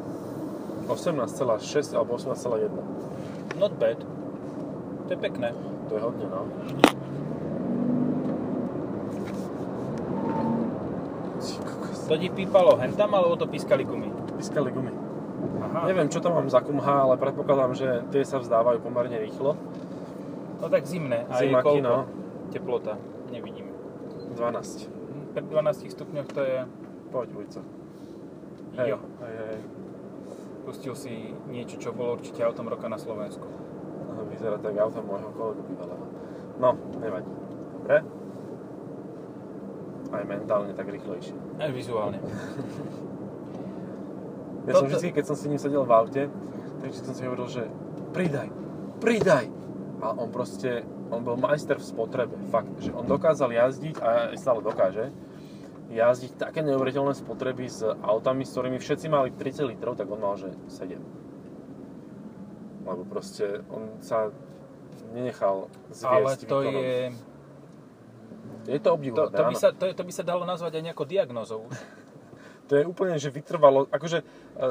Speaker 3: 18,6 alebo 18,1.
Speaker 1: Not bad. To je pekné.
Speaker 3: To je hodne, no. Ty kokos.
Speaker 1: To ti pípalo hentam, alebo to pískali gumy?
Speaker 3: Pískali gumy.
Speaker 1: Aha.
Speaker 3: Neviem, čo tam mám za kumha, ale predpokladám, že tie sa vzdávajú pomerne rýchlo.
Speaker 1: No tak zimné. A je
Speaker 3: Zimaky,
Speaker 1: koľko?
Speaker 3: no.
Speaker 1: Teplota. Nevidím.
Speaker 3: 12.
Speaker 1: Hm, Pri 12 stupňoch to je...
Speaker 3: Poď, Vujco.
Speaker 1: Jo.
Speaker 3: hej, hej.
Speaker 1: Pustil si niečo, čo bolo určite autom roka na Slovensku.
Speaker 3: Aha, Vyzerá tak auto môjho kolegu bývalého. No, nevadí. Dobre? Aj mentálne tak rýchlejšie.
Speaker 1: Aj vizuálne.
Speaker 3: Ja som
Speaker 1: Toto-
Speaker 3: vždy, keď som s ním sedel v aute, tak vždy som si hovoril, že pridaj, pridaj. A on proste, on bol majster v spotrebe, fakt, že on dokázal jazdiť a aj stále dokáže jazdiť také neuveriteľné spotreby s autami, s ktorými všetci mali 30 litrov, tak on mal, že 7. Lebo proste on sa nenechal
Speaker 1: Ale
Speaker 3: zviesť
Speaker 1: to
Speaker 3: výkonom.
Speaker 1: je...
Speaker 3: Je to
Speaker 1: To,
Speaker 3: obdivuhodné,
Speaker 1: to, by
Speaker 3: áno.
Speaker 1: sa, to, je- to by sa dalo nazvať aj nejakou diagnózou. už.
Speaker 3: To je úplne, že vytrvalo, akože e,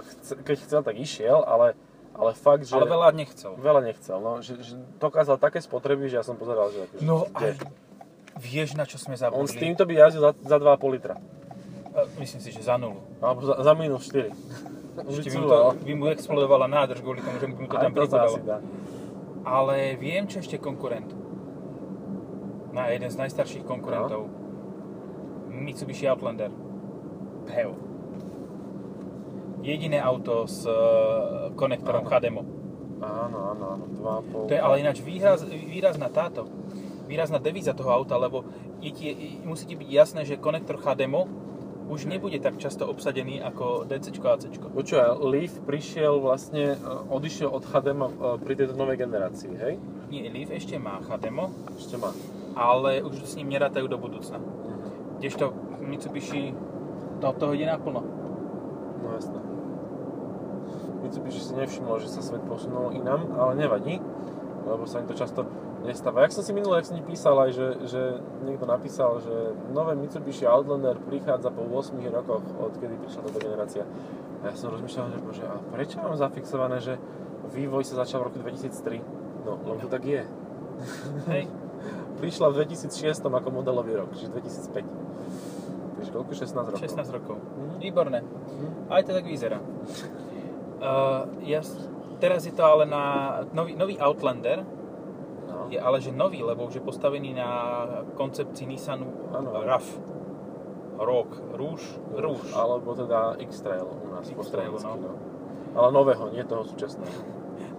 Speaker 3: chce, keď chcel, tak išiel, ale, ale fakt, že...
Speaker 1: Ale veľa nechcel.
Speaker 3: Veľa nechcel, no. Že, že dokázal také spotreby, že ja som pozeral, že... akože,
Speaker 1: No
Speaker 3: kde.
Speaker 1: a vieš, na čo sme
Speaker 3: On s
Speaker 1: zabudli?
Speaker 3: týmto by jazdil za, za 2,5 litra.
Speaker 1: E, Myslím si, že za nulu.
Speaker 3: Alebo za, za minus 4.
Speaker 1: Ešte by mu, to,
Speaker 3: Vyculo.
Speaker 1: by mu explodovala nádrž kvôli tomu, že by mu to
Speaker 3: no. Aj
Speaker 1: tam
Speaker 3: to sa asi
Speaker 1: pribudalo.
Speaker 3: dá.
Speaker 1: Ale viem, čo ešte konkurent. Na jeden z najstarších konkurentov. Mitsubishi Outlander. PHEV. Jediné auto s e, konektorom
Speaker 3: Áno.
Speaker 1: HDMI.
Speaker 3: Áno, áno, áno, 2,5.
Speaker 1: To je ale ináč výraz, výrazná táto, výrazná devíza toho auta, lebo je ti, musí ti byť jasné, že konektor HDMI už nebude tak často obsadený ako DC a AC.
Speaker 3: Počuj, a Leaf prišiel vlastne, e, odišiel od HDMA e, pri tejto novej generácii, hej?
Speaker 1: Nie, Leaf ešte má HDMI,
Speaker 3: Ešte má. Mhm.
Speaker 1: ale už s ním nerátajú do budúcna. Kdežto Mitsubishi to, toho ide naplno.
Speaker 3: No jasné. Mitsubishi si nevšimlo, že sa svet posunul inám, ale nevadí, lebo sa im to často nestáva. Jak som si minulý, jak som ti písal aj, že, že niekto napísal, že nové Mitsubishi Outlander prichádza po 8 rokoch, odkedy prišla táto generácia. A ja som rozmýšľal, že bože, a prečo mám zafixované, že vývoj sa začal v roku 2003? No, lebo to tak je.
Speaker 1: Hej.
Speaker 3: Prišla v 2006 ako modelový rok, čiže 2005. Takže koľko? 16 rokov.
Speaker 1: 16 rokov.
Speaker 3: Mhm.
Speaker 1: Výborné. Aj to tak vyzerá. Uh, ja, s- teraz je to ale na nový, nový Outlander,
Speaker 3: No.
Speaker 1: Je ale že nový, lebo už je postavený na koncepcii Nissanu
Speaker 3: Áno.
Speaker 1: RAV. Rok, rúž, rúž.
Speaker 3: Alebo teda X-Trail u nás po
Speaker 1: X-Trail,
Speaker 3: slovensky,
Speaker 1: no.
Speaker 3: no. Ale nového, nie toho súčasného.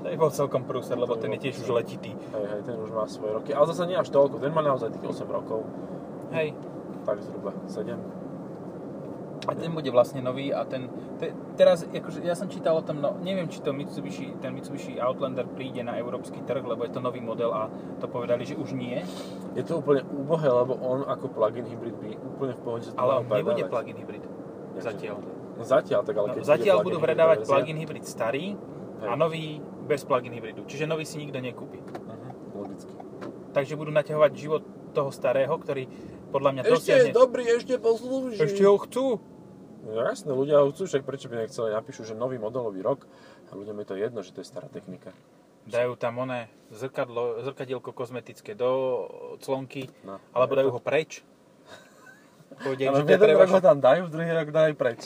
Speaker 1: To je bol celkom prúser, lebo
Speaker 3: To
Speaker 1: ten
Speaker 3: bol
Speaker 1: je tiež
Speaker 3: prúser.
Speaker 1: už letitý.
Speaker 3: Hej, hej, ten už má svoje roky. Ale zase nie až toľko, ten má naozaj tých 8 rokov.
Speaker 1: Hej.
Speaker 3: Tak zhruba 7.
Speaker 1: A ten bude vlastne nový a ten... Te, teraz, akože, ja som čítal o tom, no neviem, či to Mitsubishi, ten Mitsubishi Outlander príde na európsky trh, lebo je to nový model a to povedali, že už nie.
Speaker 3: Je to úplne úbohé, lebo on ako plug-in hybrid by úplne v pohode sa to
Speaker 1: Ale
Speaker 3: mal
Speaker 1: on nebude
Speaker 3: predávať.
Speaker 1: plug-in hybrid.
Speaker 3: Takže-
Speaker 1: Zatiaľ.
Speaker 3: Zatiaľ, tak ale
Speaker 1: No,
Speaker 3: keď bude
Speaker 1: zatiaľ
Speaker 3: plug-in
Speaker 1: budú
Speaker 3: hybridná
Speaker 1: predávať
Speaker 3: verzia,
Speaker 1: plug-in hybrid starý
Speaker 3: Hej.
Speaker 1: a nový bez plug-in hybridu. Čiže nový si nikto nekúpi.
Speaker 3: mhm, Logicky.
Speaker 1: Takže budú naťahovať život toho starého, ktorý podľa mňa
Speaker 3: Ešte je
Speaker 1: dosiahne...
Speaker 3: dobrý, ešte poslúži.
Speaker 1: Ešte ho chcú.
Speaker 3: No jasné, ľudia ho chcú, však prečo by nechceli, napíšu, že nový modelový rok a ľuďom je to jedno, že to je stará technika.
Speaker 1: Dajú tam oné zrkadlo, zrkadielko kozmetické do clonky,
Speaker 3: No,
Speaker 1: alebo
Speaker 3: je
Speaker 1: dajú
Speaker 3: to.
Speaker 1: ho preč. Povedia, im,
Speaker 3: Ale
Speaker 1: že
Speaker 3: v
Speaker 1: to je
Speaker 3: jeden
Speaker 1: pre
Speaker 3: rok
Speaker 1: vašu,
Speaker 3: ho tam dajú, v druhý rok dajú preč.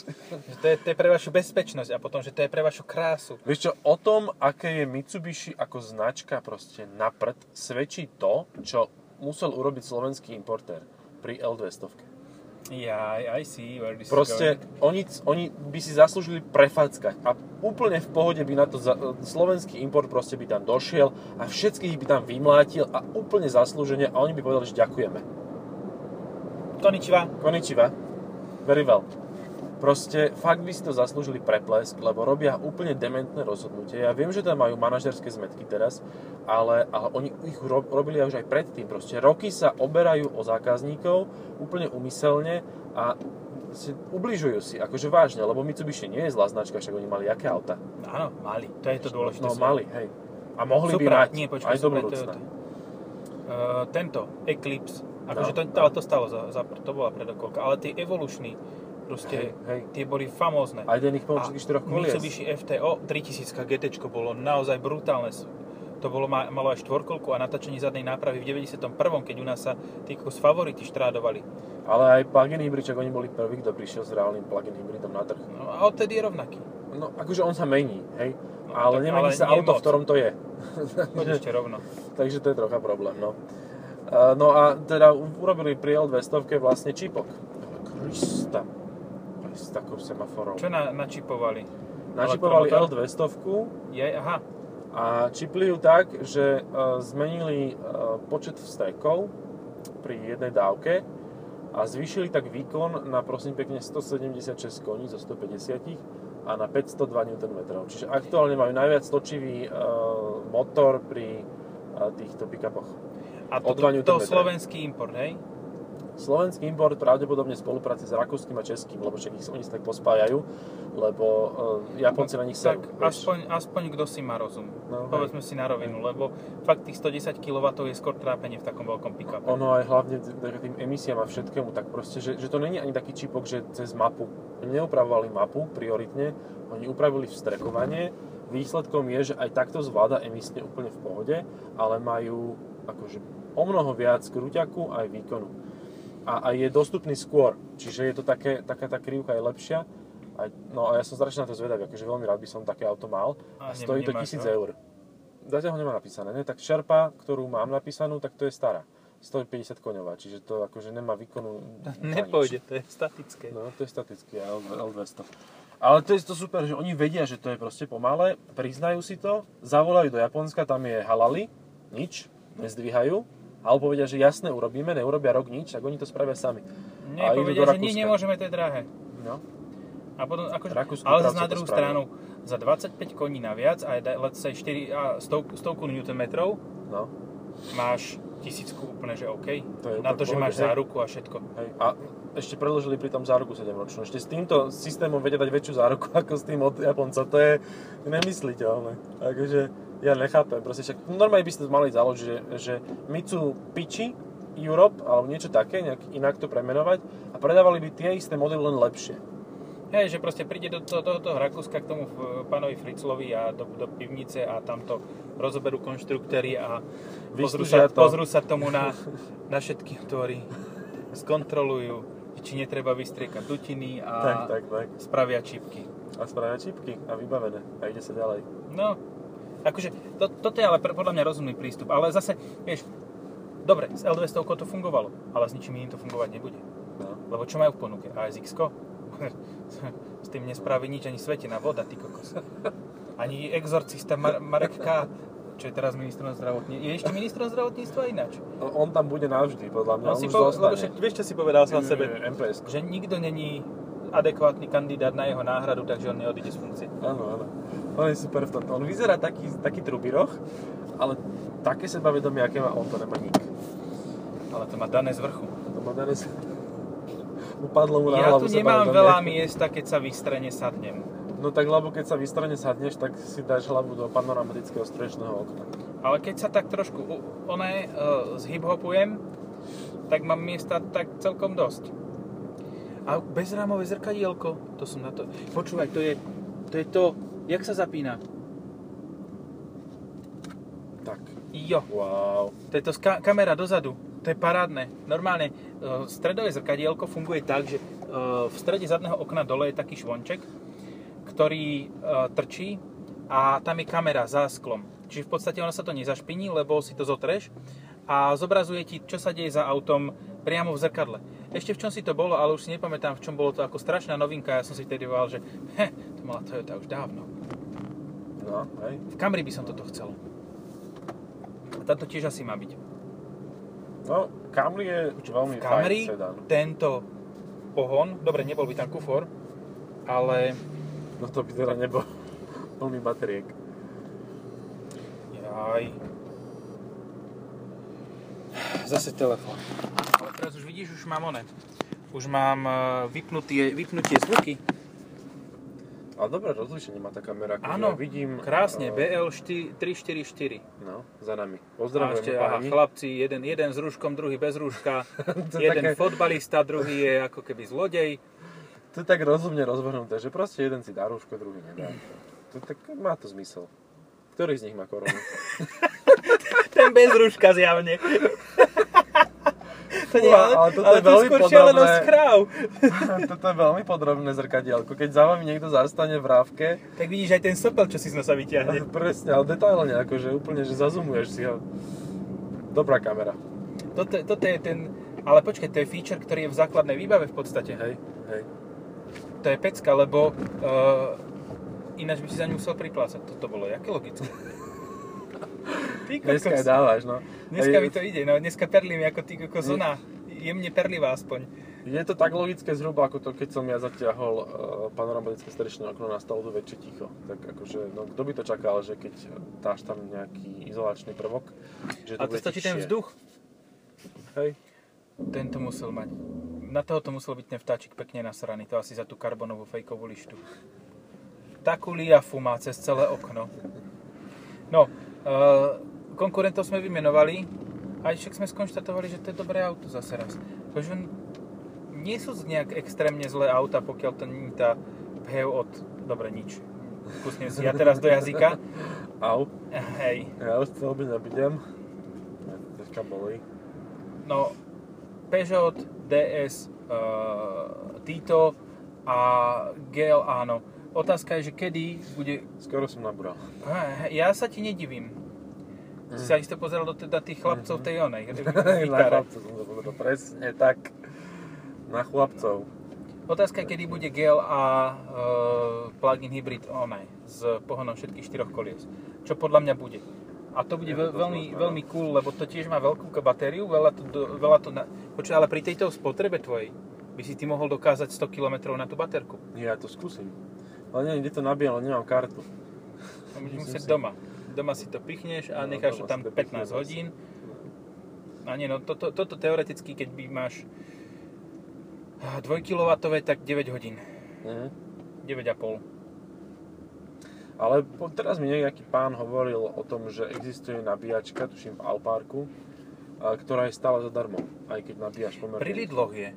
Speaker 1: že to je, to je pre vašu bezpečnosť a potom, že to je pre vašu krásu.
Speaker 3: Vieš čo, o tom, aké je Mitsubishi ako značka proste na prd, svedčí to, čo musel urobiť slovenský importér pri L200.
Speaker 1: Ja, I see where this is
Speaker 3: Proste
Speaker 1: going.
Speaker 3: oni, oni by si zaslúžili prefackať a úplne v pohode by na to za, slovenský import proste by tam došiel a všetkých by tam vymlátil a úplne zaslúžene a oni by povedali, že ďakujeme.
Speaker 1: Konnichiwa.
Speaker 3: Konnichiwa. Very well. Proste fakt by si to zaslúžili preplesk, lebo robia úplne dementné rozhodnutie. Ja viem, že tam majú manažerské zmetky teraz, ale, ale oni ich ro- robili už aj predtým. Proste roky sa oberajú o zákazníkov úplne umyselne a si ubližujú si, akože vážne, lebo Mitsubishi nie je zlá značka, však oni mali aké auta?
Speaker 1: Áno, mali. To je to dôležité.
Speaker 3: No
Speaker 1: slovo.
Speaker 3: mali, hej. A mohli by
Speaker 1: Supra,
Speaker 3: mať
Speaker 1: nie, počkaj,
Speaker 3: aj do
Speaker 1: Supra je
Speaker 3: budúcna.
Speaker 1: Toyota. Uh, tento, Eclipse, akože
Speaker 3: No.
Speaker 1: to, ale to stalo za, za, to bola predokolka, ale tie Evolutiony, proste,
Speaker 3: Hej, hej.
Speaker 1: tie boli famózne.
Speaker 3: Aj den ich
Speaker 1: A
Speaker 3: pomôcť štyroch kolies.
Speaker 1: Mitsubishi FTO 3000 GT bolo naozaj brutálne. To bolo, ma- malo aj štvorkolku a natáčanie zadnej nápravy v 91. keď u nás sa tí kokos favority štrádovali.
Speaker 3: Ale aj plug-in hybridčak, oni boli prvý, kto prišiel s reálnym plug-in hybridom na trh.
Speaker 1: No a odtedy je rovnaký.
Speaker 3: No, akože on sa mení, hej?
Speaker 1: No,
Speaker 3: ale
Speaker 1: tak
Speaker 3: nemení
Speaker 1: ale
Speaker 3: sa
Speaker 1: nie
Speaker 3: auto,
Speaker 1: moc.
Speaker 3: v ktorom to je.
Speaker 1: Poď ešte rovno.
Speaker 3: Takže to je trocha problém, no. E, No a teda u- urobili pri L200 vlastne čipok. Krista. S takou semaforou.
Speaker 1: Čo na, načípovali?
Speaker 3: Načipovali
Speaker 1: Elektromotor?
Speaker 3: L200
Speaker 1: Je, aha,
Speaker 3: a čipli ju tak, že e, zmenili e, počet vstekov pri jednej dávke a zvýšili tak výkon na prosím pekne 176 koní zo 150 a na 502 Nm. Čiže aktuálne majú najviac točivý e, motor pri e, týchto pick-upoch.
Speaker 1: a to,
Speaker 3: O dva
Speaker 1: to, to
Speaker 3: newtonmetre.
Speaker 1: slovenský import, hej?
Speaker 3: Slovenský import pravdepodobne v spolupráci s rakúskym a českým, lebo však ich oni sa tak pospájajú, lebo e, Japonci na nich sa...
Speaker 1: Tak aspoň, aspoň kto si má rozum.
Speaker 3: No, hej.
Speaker 1: Povedzme si na rovinu, lebo fakt tých 110 kW je skôr trápenie v takom veľkom pick
Speaker 3: Ono aj hlavne vďaka tým emisiám a všetkému, tak proste, že, že to není ani taký čipok, že cez mapu. Oni neupravovali mapu prioritne, oni upravili vstrekovanie. Výsledkom je, že aj takto zvláda emisne úplne v pohode, ale majú akože o mnoho viac krúťaku aj výkonu. A, a je dostupný skôr, čiže je to také, taká tá krivka je lepšia. Aj, no a ja som strašne na to zvedavý, akože veľmi rád by som také auto mal.
Speaker 1: A
Speaker 3: A,
Speaker 1: ne-
Speaker 3: stojí to
Speaker 1: nemáš
Speaker 3: 1000
Speaker 1: ho?
Speaker 3: eur. Zatiaľ ho nemá napísané, ne? Tak šerpa, ktorú mám napísanú, tak to je stará. 150 koňová, čiže to akože nemá výkonu na nič.
Speaker 1: Nepôjde, to je statické.
Speaker 3: No, to je statický L- L200. Ale to je to super, že oni vedia, že to je proste pomalé, priznajú si to, zavolajú do Japonska, tam je halali, nič, nezdvíhajú, alebo povedia, že jasné, urobíme, neurobia rok nič, tak oni to spravia sami.
Speaker 1: Nie,
Speaker 3: idú
Speaker 1: povedia,
Speaker 3: do
Speaker 1: že nie,
Speaker 3: Rakúska.
Speaker 1: nemôžeme, to je drahé.
Speaker 3: No,
Speaker 1: A potom, akože,
Speaker 3: Rakúsky
Speaker 1: ale
Speaker 3: právca
Speaker 1: zase na
Speaker 3: to
Speaker 1: druhú
Speaker 3: spravil.
Speaker 1: stranu, za 25 koní naviac, a da- let's say 4, a 100, 100 Nm,
Speaker 3: no.
Speaker 1: máš tisícku úplne, že OK.
Speaker 3: To je
Speaker 1: na
Speaker 3: úplne
Speaker 1: to, že
Speaker 3: pohode,
Speaker 1: máš
Speaker 3: hej.
Speaker 1: záruku a všetko.
Speaker 3: Hej. A ešte predlžili pri tom záruku 7 ročnú. Ešte s týmto systémom vedia dať väčšiu záruku ako s tým od Japonca. To je nemysliteľné. Takže ja nechápem. Proste však normálne by ste mali založiť, že, že Mitsu Pichi Europe alebo niečo také, nejak inak to premenovať a predávali by tie isté modely len lepšie.
Speaker 1: Hej, že proste príde do to- do toho Rakúska k tomu f- pánovi Friclovi a do, do pivnice a tamto rozoberú konštruktéry a pozrú sa,
Speaker 3: Vyskúšia to.
Speaker 1: pozrú sa tomu na, na všetky otvory, skontrolujú, či netreba vystriekať dutiny a
Speaker 3: Tak, tak, tak.
Speaker 1: spravia čipky.
Speaker 3: A spravia čipky a vybavené. A ide sa ďalej.
Speaker 1: No, akože to, toto je ale pre- podľa mňa rozumný prístup, ale zase, vieš, dobre, s L200 to fungovalo, ale s ničím iným to fungovať nebude.
Speaker 3: No.
Speaker 1: Lebo čo majú v ponuke? ASX? -ko? S tým nespraví nič ani svetená voda, ty kokos. Ani exorcista Mar- Marek K., čo je teraz ministrom zdravotníctva. Je ešte ministrom zdravotníctva ináč.
Speaker 3: O- On tam bude navždy, podľa mňa.
Speaker 1: On
Speaker 3: On,
Speaker 1: si
Speaker 3: No, už
Speaker 1: po- lebo
Speaker 3: zostane.
Speaker 1: však vieš, čo si povedal sám sebe?
Speaker 3: MPS.
Speaker 1: Že nikto není adekvátny kandidát na jeho náhradu, takže on neodíde z funkcie.
Speaker 3: Áno, áno. On je super v tomto. On vyzerá taký, taký trubiroch, ale také sebavedomie, aké má on, to nemá nik.
Speaker 1: Ale to má dané z vrchu.
Speaker 3: To má dané s- Upadlo mu na
Speaker 1: Ja
Speaker 3: hlavu.
Speaker 1: tu
Speaker 3: sa
Speaker 1: nemám
Speaker 3: pamätám,
Speaker 1: veľa
Speaker 3: nie?
Speaker 1: miesta, keď sa vystrene sadnem.
Speaker 3: No tak lebo keď sa vystrane sadneš, tak si dáš hlavu do panoramatického strešného okna.
Speaker 1: Ale keď sa tak trošku u- oné, uh, zhiphopujem, tak mám miesta tak celkom dosť. A bezrámové zrkadielko, to som na to... Počúvaj, to je to, je to jak sa zapína?
Speaker 3: Tak.
Speaker 1: Jo,
Speaker 3: Wow.
Speaker 1: to je to ska- kamera dozadu. To je parádne. Normálne uh, stredové zrkadielko funguje tak, že uh, v strede zadného okna dole je taký švonček, ktorý uh, trčí a tam je kamera za sklom. Čiže v podstate ona sa to nezašpiní, lebo si to zotreš a zobrazuje ti, čo sa deje za autom priamo v zrkadle. Ešte v čom si to bolo, ale už si nepamätám, v čom bolo to ako strašná novinka. Ja som si vtedy hovoril, že heh, to mala Toyota už dávno.
Speaker 3: No, hej.
Speaker 1: V Camry by som toto chcel. A táto tiež asi má byť.
Speaker 3: No, Camry je veľmi
Speaker 1: Camry
Speaker 3: fajn sedan.
Speaker 1: tento pohon, dobre, nebol by tam kufor, ale
Speaker 3: No to by teda nebol plný bateriek.
Speaker 1: jaj. Zase telefon. Ale teraz už vidíš, už mám one. Už mám eh, vypnutie, vypnutie zvuky.
Speaker 3: Ale dobré rozlišenie má tá kamera. akože
Speaker 1: Áno,
Speaker 3: ja vidím...
Speaker 1: Krásne,
Speaker 3: eh,
Speaker 1: BL 4, 344.
Speaker 3: No, za nami.
Speaker 1: A
Speaker 3: Pozdravujem
Speaker 1: ešte aha,
Speaker 3: páni.
Speaker 1: chlapci, jeden, jeden s rúškom, druhý bez rúška.
Speaker 3: To je
Speaker 1: jeden
Speaker 3: také-
Speaker 1: fotbalista, druhý je ako keby zlodej.
Speaker 3: To je tak rozumne rozvrhnuté, že proste jeden si dá rúško, druhý nedá. To, tak má to zmysel. Ktorý z nich má koronu?
Speaker 1: Ten bez rúška zjavne. to nie,
Speaker 3: Uá,
Speaker 1: ale,
Speaker 3: ale
Speaker 1: ale,
Speaker 3: toto
Speaker 1: ale
Speaker 3: je
Speaker 1: to je
Speaker 3: veľmi
Speaker 1: skôr
Speaker 3: podobné.
Speaker 1: šialenosť kráv.
Speaker 3: Toto je veľmi podrobné zrkadielko. Keď za vami niekto zastane v rávke,
Speaker 1: Tak vidíš aj ten sopel, čo si z nosa vyťahne.
Speaker 3: presne, ale detailne, akože úplne, že zazumuješ si ho. Dobrá kamera.
Speaker 1: Toto, toto je ten... Ale počkaj, to je feature, ktorý je v základnej výbave v podstate.
Speaker 3: Hej, hej.
Speaker 1: To je pecka, lebo uh, ináč by si za ňu musel priplácať. Toto bolo jaké logické. Ty kokos.
Speaker 3: Dneska je dávaš, no.
Speaker 1: Dneska
Speaker 3: Hej,
Speaker 1: mi to ide, no dneska perlím ako ty kokos ona. Jemne perlivá aspoň.
Speaker 3: Je to tak logické zhruba ako to, keď som ja zatiahol uh, panoramatické strešné okno na stavbu väčšie ticho. Tak akože, no kto by to čakal, že keď dáš tam nejaký izolačný prvok, že
Speaker 1: A to
Speaker 3: bude
Speaker 1: stačí ten
Speaker 3: tichšie.
Speaker 1: vzduch.
Speaker 3: Hej.
Speaker 1: Tento musel mať. Na toho to musel byť ten vtáčik pekne nasraný, to asi za tú karbonovú fejkovú lištu. Takú liafu má cez celé okno. No, e, konkurentov sme vymenovali, aj však sme skonštatovali, že to je dobré auto zase raz. Takže nie sú nejak extrémne zlé auta, pokiaľ to nie je tá PHEV od... Dobre, nič. Pustím si ja teraz do jazyka.
Speaker 3: Au,
Speaker 1: Hej.
Speaker 3: ja už celý nabidem. Dneska boli.
Speaker 1: No, Peugeot, DS, e, Tito a GL áno. Otázka je, že kedy bude...
Speaker 3: Skoro som nabral.
Speaker 1: Eh, Ja sa ti nedivím. Si sa isto pozeral do teda tých chlapcov tej onej.
Speaker 3: Na
Speaker 1: gitare.
Speaker 3: chlapcov som to povedal. Presne tak. Na chlapcov.
Speaker 1: Otázka je, kedy bude GLA e, plug-in hybrid onej s pohonom všetkých štyroch kolies. Čo podľa mňa bude. A to bude
Speaker 3: Je to
Speaker 1: ve-
Speaker 3: dosť
Speaker 1: veľmi,
Speaker 3: možné,
Speaker 1: veľmi cool, lebo to tiež má veľkú k- batériu, veľa to, do, veľa to na... Počuť, ale pri tejto spotrebe tvojej by si ty mohol dokázať 100 km na tú baterku.
Speaker 3: Ja to skúsim. Ale nie, kde to nabijem, ale nemám kartu.
Speaker 1: To budeš
Speaker 3: Myslím
Speaker 1: musieť
Speaker 3: si.
Speaker 1: doma. Doma si to pichneš a
Speaker 3: No,
Speaker 1: necháš to
Speaker 3: doma
Speaker 1: tam
Speaker 3: si to
Speaker 1: 15
Speaker 3: pichnem
Speaker 1: hodín. A nie, no toto, toto teoreticky, keď by máš 2 kW, tak 9 hodín.
Speaker 3: Mhm.
Speaker 1: 9,5.
Speaker 3: Ale po, teraz mi nejaký pán hovoril o tom, že existuje nabíjačka, tuším v Alparku, a ktorá je stále zadarmo, aj keď nabíjaš pomerne.
Speaker 1: Pri Lidloch je.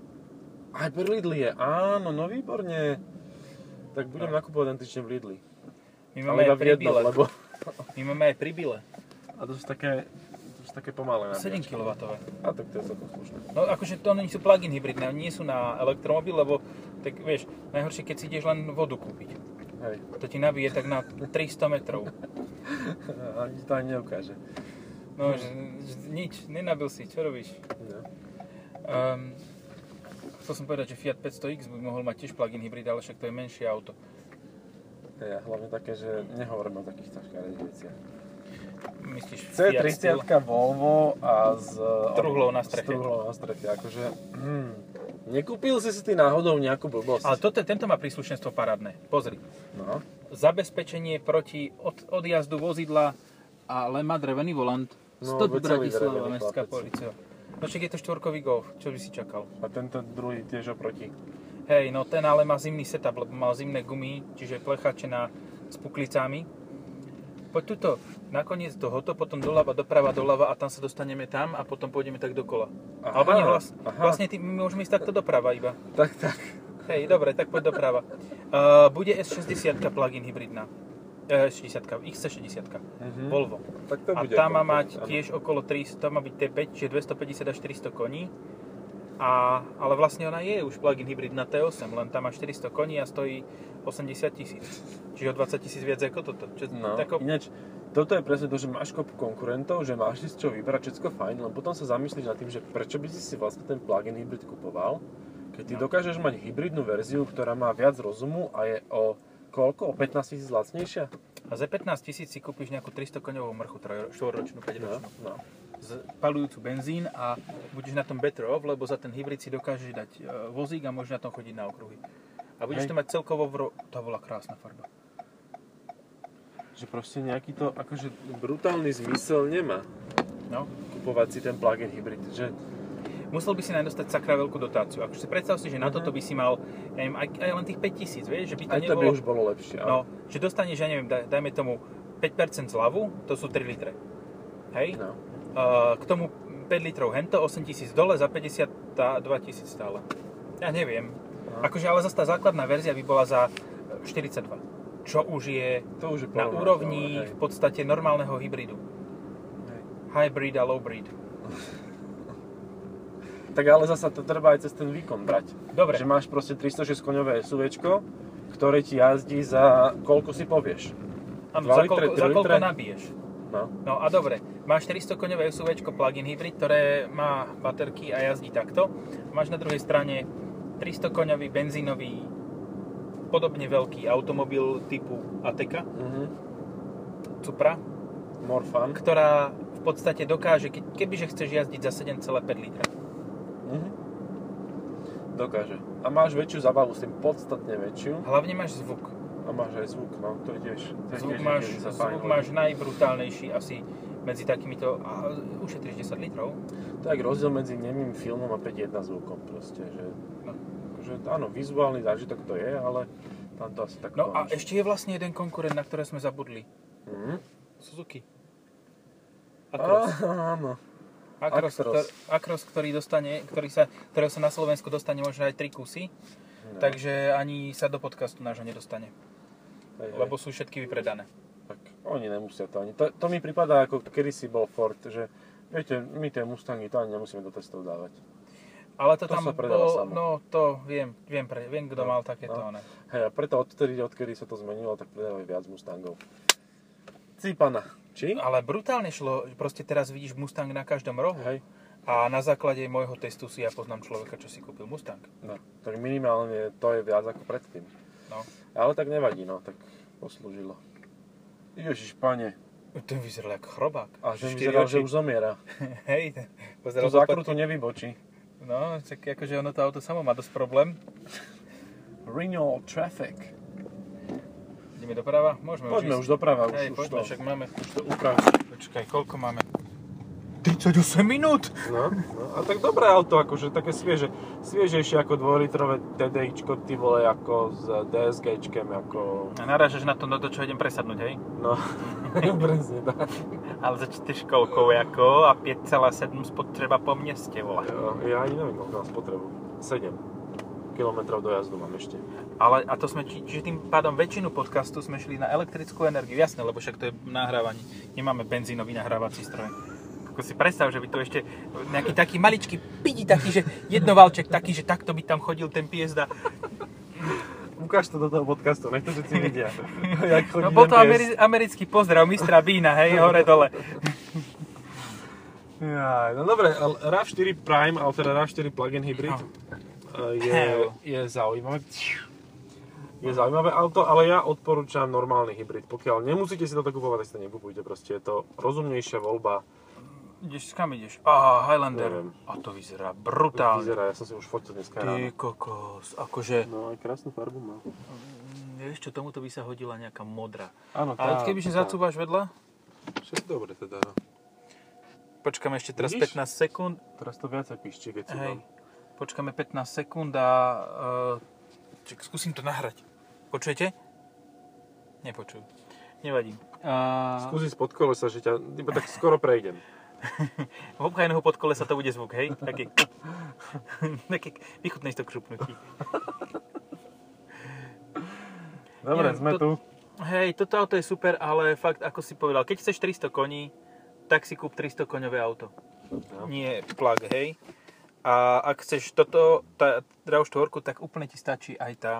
Speaker 3: Aj pri Lidli je, áno, no výborne. Tak budem nakupovať ten týždeň v Lidli.
Speaker 1: My
Speaker 3: Ale
Speaker 1: máme,
Speaker 3: iba
Speaker 1: aj
Speaker 3: v
Speaker 1: pri
Speaker 3: jednom,
Speaker 1: Bile.
Speaker 3: lebo...
Speaker 1: My máme aj pri Bile.
Speaker 3: A to sú také, to sú také pomalé
Speaker 1: 7
Speaker 3: nabíjačky.
Speaker 1: kW.
Speaker 3: A tak to je celkom slušné.
Speaker 1: No akože to oni sú plug-in hybridné, oni nie sú na elektromobil, lebo tak vieš, najhoršie keď si ideš len vodu kúpiť.
Speaker 3: Hej,
Speaker 1: To ti nabije tak na 300 metrov.
Speaker 3: ani to ani neukáže.
Speaker 1: No že, že, nič, nenabil si, čo robíš?
Speaker 3: No.
Speaker 1: Um, chcel som povedať, že Fiat 500X by mohol mať tiež plug-in hybrid, ale však to je menšie auto.
Speaker 3: Hej, a hlavne také, že nehovoríme o takých ťažkých veciach.
Speaker 1: Myslíš Fiat
Speaker 3: C30 Volvo a s
Speaker 1: truhlou na
Speaker 3: s
Speaker 1: streche.
Speaker 3: truhlou na streche, akože... hm, nekúpil si si ty náhodou nejakú blbosť?
Speaker 1: Ale toto, tento má príslušenstvo parádne. Pozri.
Speaker 3: No,
Speaker 1: Zabezpečenie proti od, odjazdu vozidla, ale má drevený volant.
Speaker 3: No,
Speaker 1: No, 100
Speaker 3: veď
Speaker 1: Bratislava,
Speaker 3: celý drevený
Speaker 1: mestská
Speaker 3: chlapec.
Speaker 1: policia. No však je to štvorkový golf, čo by si čakal?
Speaker 3: A tento druhý tiež oproti.
Speaker 1: Hej, no ten ale má zimný setup, lebo mal zimné gumy, čiže plechačená s puklicami. Poď tuto, nakoniec tohoto, potom doľava, doprava, doľava a tam sa dostaneme tam a potom pôjdeme tak dokola.
Speaker 3: Aha,
Speaker 1: Alebo nie, vlast,
Speaker 3: aha.
Speaker 1: vlastne ty, my môžeme ísť takto doprava iba.
Speaker 3: Tak, tak.
Speaker 1: Hej, dobre, tak poď doprava. Uh, bude S60 plug-in hybridná. Uh, 60 XC60
Speaker 3: Mhm.
Speaker 1: Volvo.
Speaker 3: Tak to
Speaker 1: a
Speaker 3: bude.
Speaker 1: tá má
Speaker 3: ako- no.
Speaker 1: mať
Speaker 3: áno.
Speaker 1: tiež okolo 300, to má byť T5, čiže 250 až 400 koní. A, ale vlastne ona je už plug-in hybrid na T8, len tam má 400 koní a stojí 80 tisíc. Čiže o 20 tisíc viac ako toto. Čo,
Speaker 3: No,
Speaker 1: tako,
Speaker 3: ináč, toto je presne to, že máš kopu konkurentov, že máš si z čoho vybrať, všetko fajn, len potom sa zamyslíš nad tým, že prečo by si si vlastne ten plug-in hybrid kupoval, keď ty dokážeš mať hybridnú verziu, ktorá má viac rozumu a je o koľko? O 15 tisíc lacnejšia?
Speaker 1: a za 15 tisíc si kúpiš nejakú 300 koňovú mrchu, 4-ročnú, 5-ročnú.
Speaker 3: No, no.
Speaker 1: z palujúcu benzín a budeš na tom better off, lebo za ten hybrid si dokážeš dať e, vozík a môžeš na tom chodiť na okruhy. A budeš
Speaker 3: Hej.
Speaker 1: to mať celkovo v ro... To bola krásna farba.
Speaker 3: Že proste nejaký to, akože brutálny zmysel nemá
Speaker 1: No.
Speaker 3: kupovať si ten plug-in hybrid, že
Speaker 1: Musel by si naň dostať sakra veľkú dotáciu. Akože si predstav si, že na
Speaker 3: Mhm.
Speaker 1: toto by si mal, neviem, aj, aj len tých 5000, vieš, že by to
Speaker 3: aj to by
Speaker 1: nebolo...
Speaker 3: už bolo lepšie.
Speaker 1: No,
Speaker 3: ale-
Speaker 1: že dostaneš, ja neviem, daj, dajme tomu 5% zľavu, to sú 3 litre. Hej?
Speaker 3: no.
Speaker 1: Uh, k tomu 5 litrov hento, 8000 dole, za 50 tá 2000 stále. Ja neviem.
Speaker 3: No.
Speaker 1: Akože ale zase tá základná verzia by bola za e, 42. Čo už je
Speaker 3: To už je
Speaker 1: na
Speaker 3: porovnateľné,
Speaker 1: úrovni
Speaker 3: hej.
Speaker 1: v podstate normálneho hybridu.
Speaker 3: Hej.
Speaker 1: Hybrid a low breed.
Speaker 3: Tak ale zasa to treba aj cez ten výkon brať.
Speaker 1: Dobre.
Speaker 3: Že máš proste 306 koňové SUVčko, ktoré ti jazdí za koľko si povieš.
Speaker 1: Áno,
Speaker 3: Dva
Speaker 1: za,
Speaker 3: litre,
Speaker 1: koľko,
Speaker 3: tri
Speaker 1: za koľko
Speaker 3: litre?
Speaker 1: nabiješ.
Speaker 3: No.
Speaker 1: No a dobre, máš 400 koňové SUV plug-in hybrid, ktoré má baterky a jazdí takto. Máš na druhej strane 300 koňový benzínový podobne veľký automobil typu Ateca,
Speaker 3: Mhm.
Speaker 1: Cupra,
Speaker 3: More fun.
Speaker 1: ktorá v podstate dokáže, ke- kebyže chceš jazdiť za 7,5 litra.
Speaker 3: Mhm. Dokáže. A máš väčšiu zabavu, s tým podstatne väčšiu.
Speaker 1: Hlavne máš zvuk.
Speaker 3: A máš aj zvuk, no to je tiež. To je
Speaker 1: Zvuk
Speaker 3: tiež
Speaker 1: máš,
Speaker 3: niekedy sa fajn
Speaker 1: zvuk
Speaker 3: hodí.
Speaker 1: máš najbrutálnejší asi medzi takýmito, a ušetríš 10 litrov.
Speaker 3: Tak rozdiel medzi nemým filmom a 5.1 zvukom proste, že...
Speaker 1: No.
Speaker 3: že áno, vizuálny zážitok to je, ale tam to asi tak
Speaker 1: No a
Speaker 3: končí.
Speaker 1: ešte je vlastne jeden konkurent, na ktoré sme zabudli.
Speaker 3: Mhm.
Speaker 1: Suzuki.
Speaker 3: Á,
Speaker 1: Actros.
Speaker 3: Áno.
Speaker 1: Actros,
Speaker 3: Actros.
Speaker 1: ktor, Actros ktorý, dostane, ktorý sa, ktorého sa na Slovensku dostane možno aj 3 kusy,
Speaker 3: No,
Speaker 1: takže ani sa do podcastu nášho nedostane,
Speaker 3: hej, hej.
Speaker 1: lebo sú všetky vypredané.
Speaker 3: Tak oni nemusia to ani. To, to mi pripadá ako kedysi bol Ford, že viete, my tie Mustangy to ani nemusíme do testov dávať.
Speaker 1: Ale to,
Speaker 3: To
Speaker 1: tam
Speaker 3: sa predáva samo.
Speaker 1: no to viem, viem, pre, viem kto
Speaker 3: No,
Speaker 1: mal takéto
Speaker 3: no.
Speaker 1: one.
Speaker 3: Hej, a preto odtedy, odkedy sa to zmenilo, tak predávajú viac Mustangov. Cipana. Či?
Speaker 1: Ale brutálne šlo, proste teraz vidíš Mustang na každom rohu.
Speaker 3: Hej.
Speaker 1: A na základe môjho testu si ja poznám človeka, čo si kúpil Mustang.
Speaker 3: No, tak minimálne to je viac ako predtým.
Speaker 1: No.
Speaker 3: Ale tak nevadí, no, tak poslúžilo. Ježiš, pane.
Speaker 1: Ten vyzeral ako chrobák.
Speaker 3: A že
Speaker 1: Štyri
Speaker 3: vyzeral, že
Speaker 1: oči.
Speaker 3: už zomiera.
Speaker 1: Hej, ten-
Speaker 3: To
Speaker 1: pozeral do
Speaker 3: zákrutu
Speaker 1: podky.
Speaker 3: nevybočí.
Speaker 1: No, tak akože ono to auto samo má dosť problém.
Speaker 3: Renewal traffic.
Speaker 1: Ideme doprava? Môžeme
Speaker 3: Poďme
Speaker 1: už
Speaker 3: už
Speaker 1: ísť.
Speaker 3: doprava, už,
Speaker 1: Hej,
Speaker 3: už
Speaker 1: poďme,
Speaker 3: to.
Speaker 1: však máme.
Speaker 3: Už to ukáž.
Speaker 1: Počkaj, koľko máme? 38 minút!
Speaker 3: No, no, a tak dobré auto, akože také svieže, sviežejšie ako 2-litrové TDIčko, ty vole, ako s DSGčkem, ako...
Speaker 1: A narážaš na to, no to, čo idem presadnúť, hej?
Speaker 3: No, presne tak.
Speaker 1: Ale za 4 koľkou ako a 5,7 spotreba po meste, vole.
Speaker 3: Jo, Ja ani neviem, koľko mám spotrebu. 7 kilometrov dojazdu mám ešte.
Speaker 1: Ale a to sme, či- čiže tým pádom väčšinu podcastu sme šli na elektrickú energiu, jasné, lebo však to je nahrávanie, nemáme benzínový nahrávací stroj. Ako si predstav, že by tu ešte nejaký taký maličký pidi, taký, že jednovalček taký, že takto by tam chodil ten piezda.
Speaker 3: Ukáž to do toho podcastu, nech to všetci vidia. Jak chodí
Speaker 1: No bol to
Speaker 3: ten pies.
Speaker 1: ameri- americký pozdrav mistra Bína, hej, hore dole.
Speaker 3: Jaj, no dobre, ale RAV4 Prime, ale teda RAV4 plug-in hybrid
Speaker 1: No.
Speaker 3: e, je, je zaujímavé. Je zaujímavé auto, ale ja odporúčam normálny hybrid. Pokiaľ nemusíte si toto kupovať, tak si to nekupujte. Proste je to rozumnejšia voľba.
Speaker 1: Ideš, kam ideš? Á, Highlander.
Speaker 3: Neviem.
Speaker 1: A to vyzerá brutálne.
Speaker 3: Vyzerá, ja som si už fotil
Speaker 1: Ty
Speaker 3: dneska ráno.
Speaker 1: kokos, akože,
Speaker 3: No aj krásnu farbu má.
Speaker 1: vieš čo, tomuto by sa hodila nejaká modrá.
Speaker 3: Áno,
Speaker 1: Ale kebyže
Speaker 3: tá.
Speaker 1: zacúvaš vedľa,
Speaker 3: Všetko dobre teda. no.
Speaker 1: Počkáme ešte teraz
Speaker 3: Vidíš?
Speaker 1: 15 sekúnd.
Speaker 3: Teraz to viacej pišti, keď si
Speaker 1: Hej.
Speaker 3: tam.
Speaker 1: Počkáme 15 sekúnd a... Uh, čak, skúsim to nahrať. Počujete? Nepočujú. Nevadí. Uh,
Speaker 3: Skúsi spod kolesa, že ťa, iba tak skoro prejdem.
Speaker 1: v obchajného podkole sa to bude zvuk, hej? Taký... Také vychutnej to křupnutí.
Speaker 3: Dobre,
Speaker 1: Neviem,
Speaker 3: sme
Speaker 1: to-
Speaker 3: tu.
Speaker 1: Hej, toto auto je super, ale fakt, ako si povedal, keď chceš 300 koní, tak si kúp 300 koňové auto.
Speaker 3: No.
Speaker 1: Nie plug, hej. A ak chceš toto, tá RAV4, tak úplne ti stačí aj tá.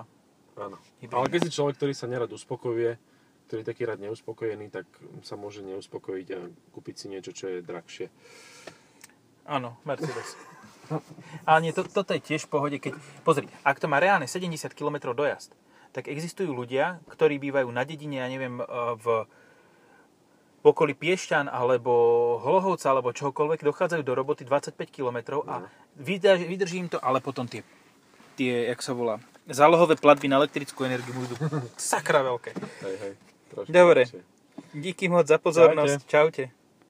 Speaker 3: Áno.
Speaker 1: Hybrid.
Speaker 3: Ale keď si človek, ktorý sa nerad uspokojuje, ktorý je taký rád neuspokojený, tak sa môže neuspokojiť a kúpiť si niečo, čo je drahšie.
Speaker 1: Áno, Mercedes. Ale nie, to, toto je tiež v pohode, keď... Pozri, ak to má reálne 70 km dojazd, tak existujú ľudia, ktorí bývajú na dedine, ja neviem, e, v, v okolí Piešťan alebo Hlohovca alebo čokoľvek, dochádzajú do roboty 25 km a vydrž, vydrží im to, ale potom tie, tie, jak sa volá, zálohové platby na elektrickú energiu mu idú sakra veľké.
Speaker 3: Hej, hej. Trošku
Speaker 1: Dobre.
Speaker 3: drahšie.
Speaker 1: Díky moc za pozornosť. Čaute.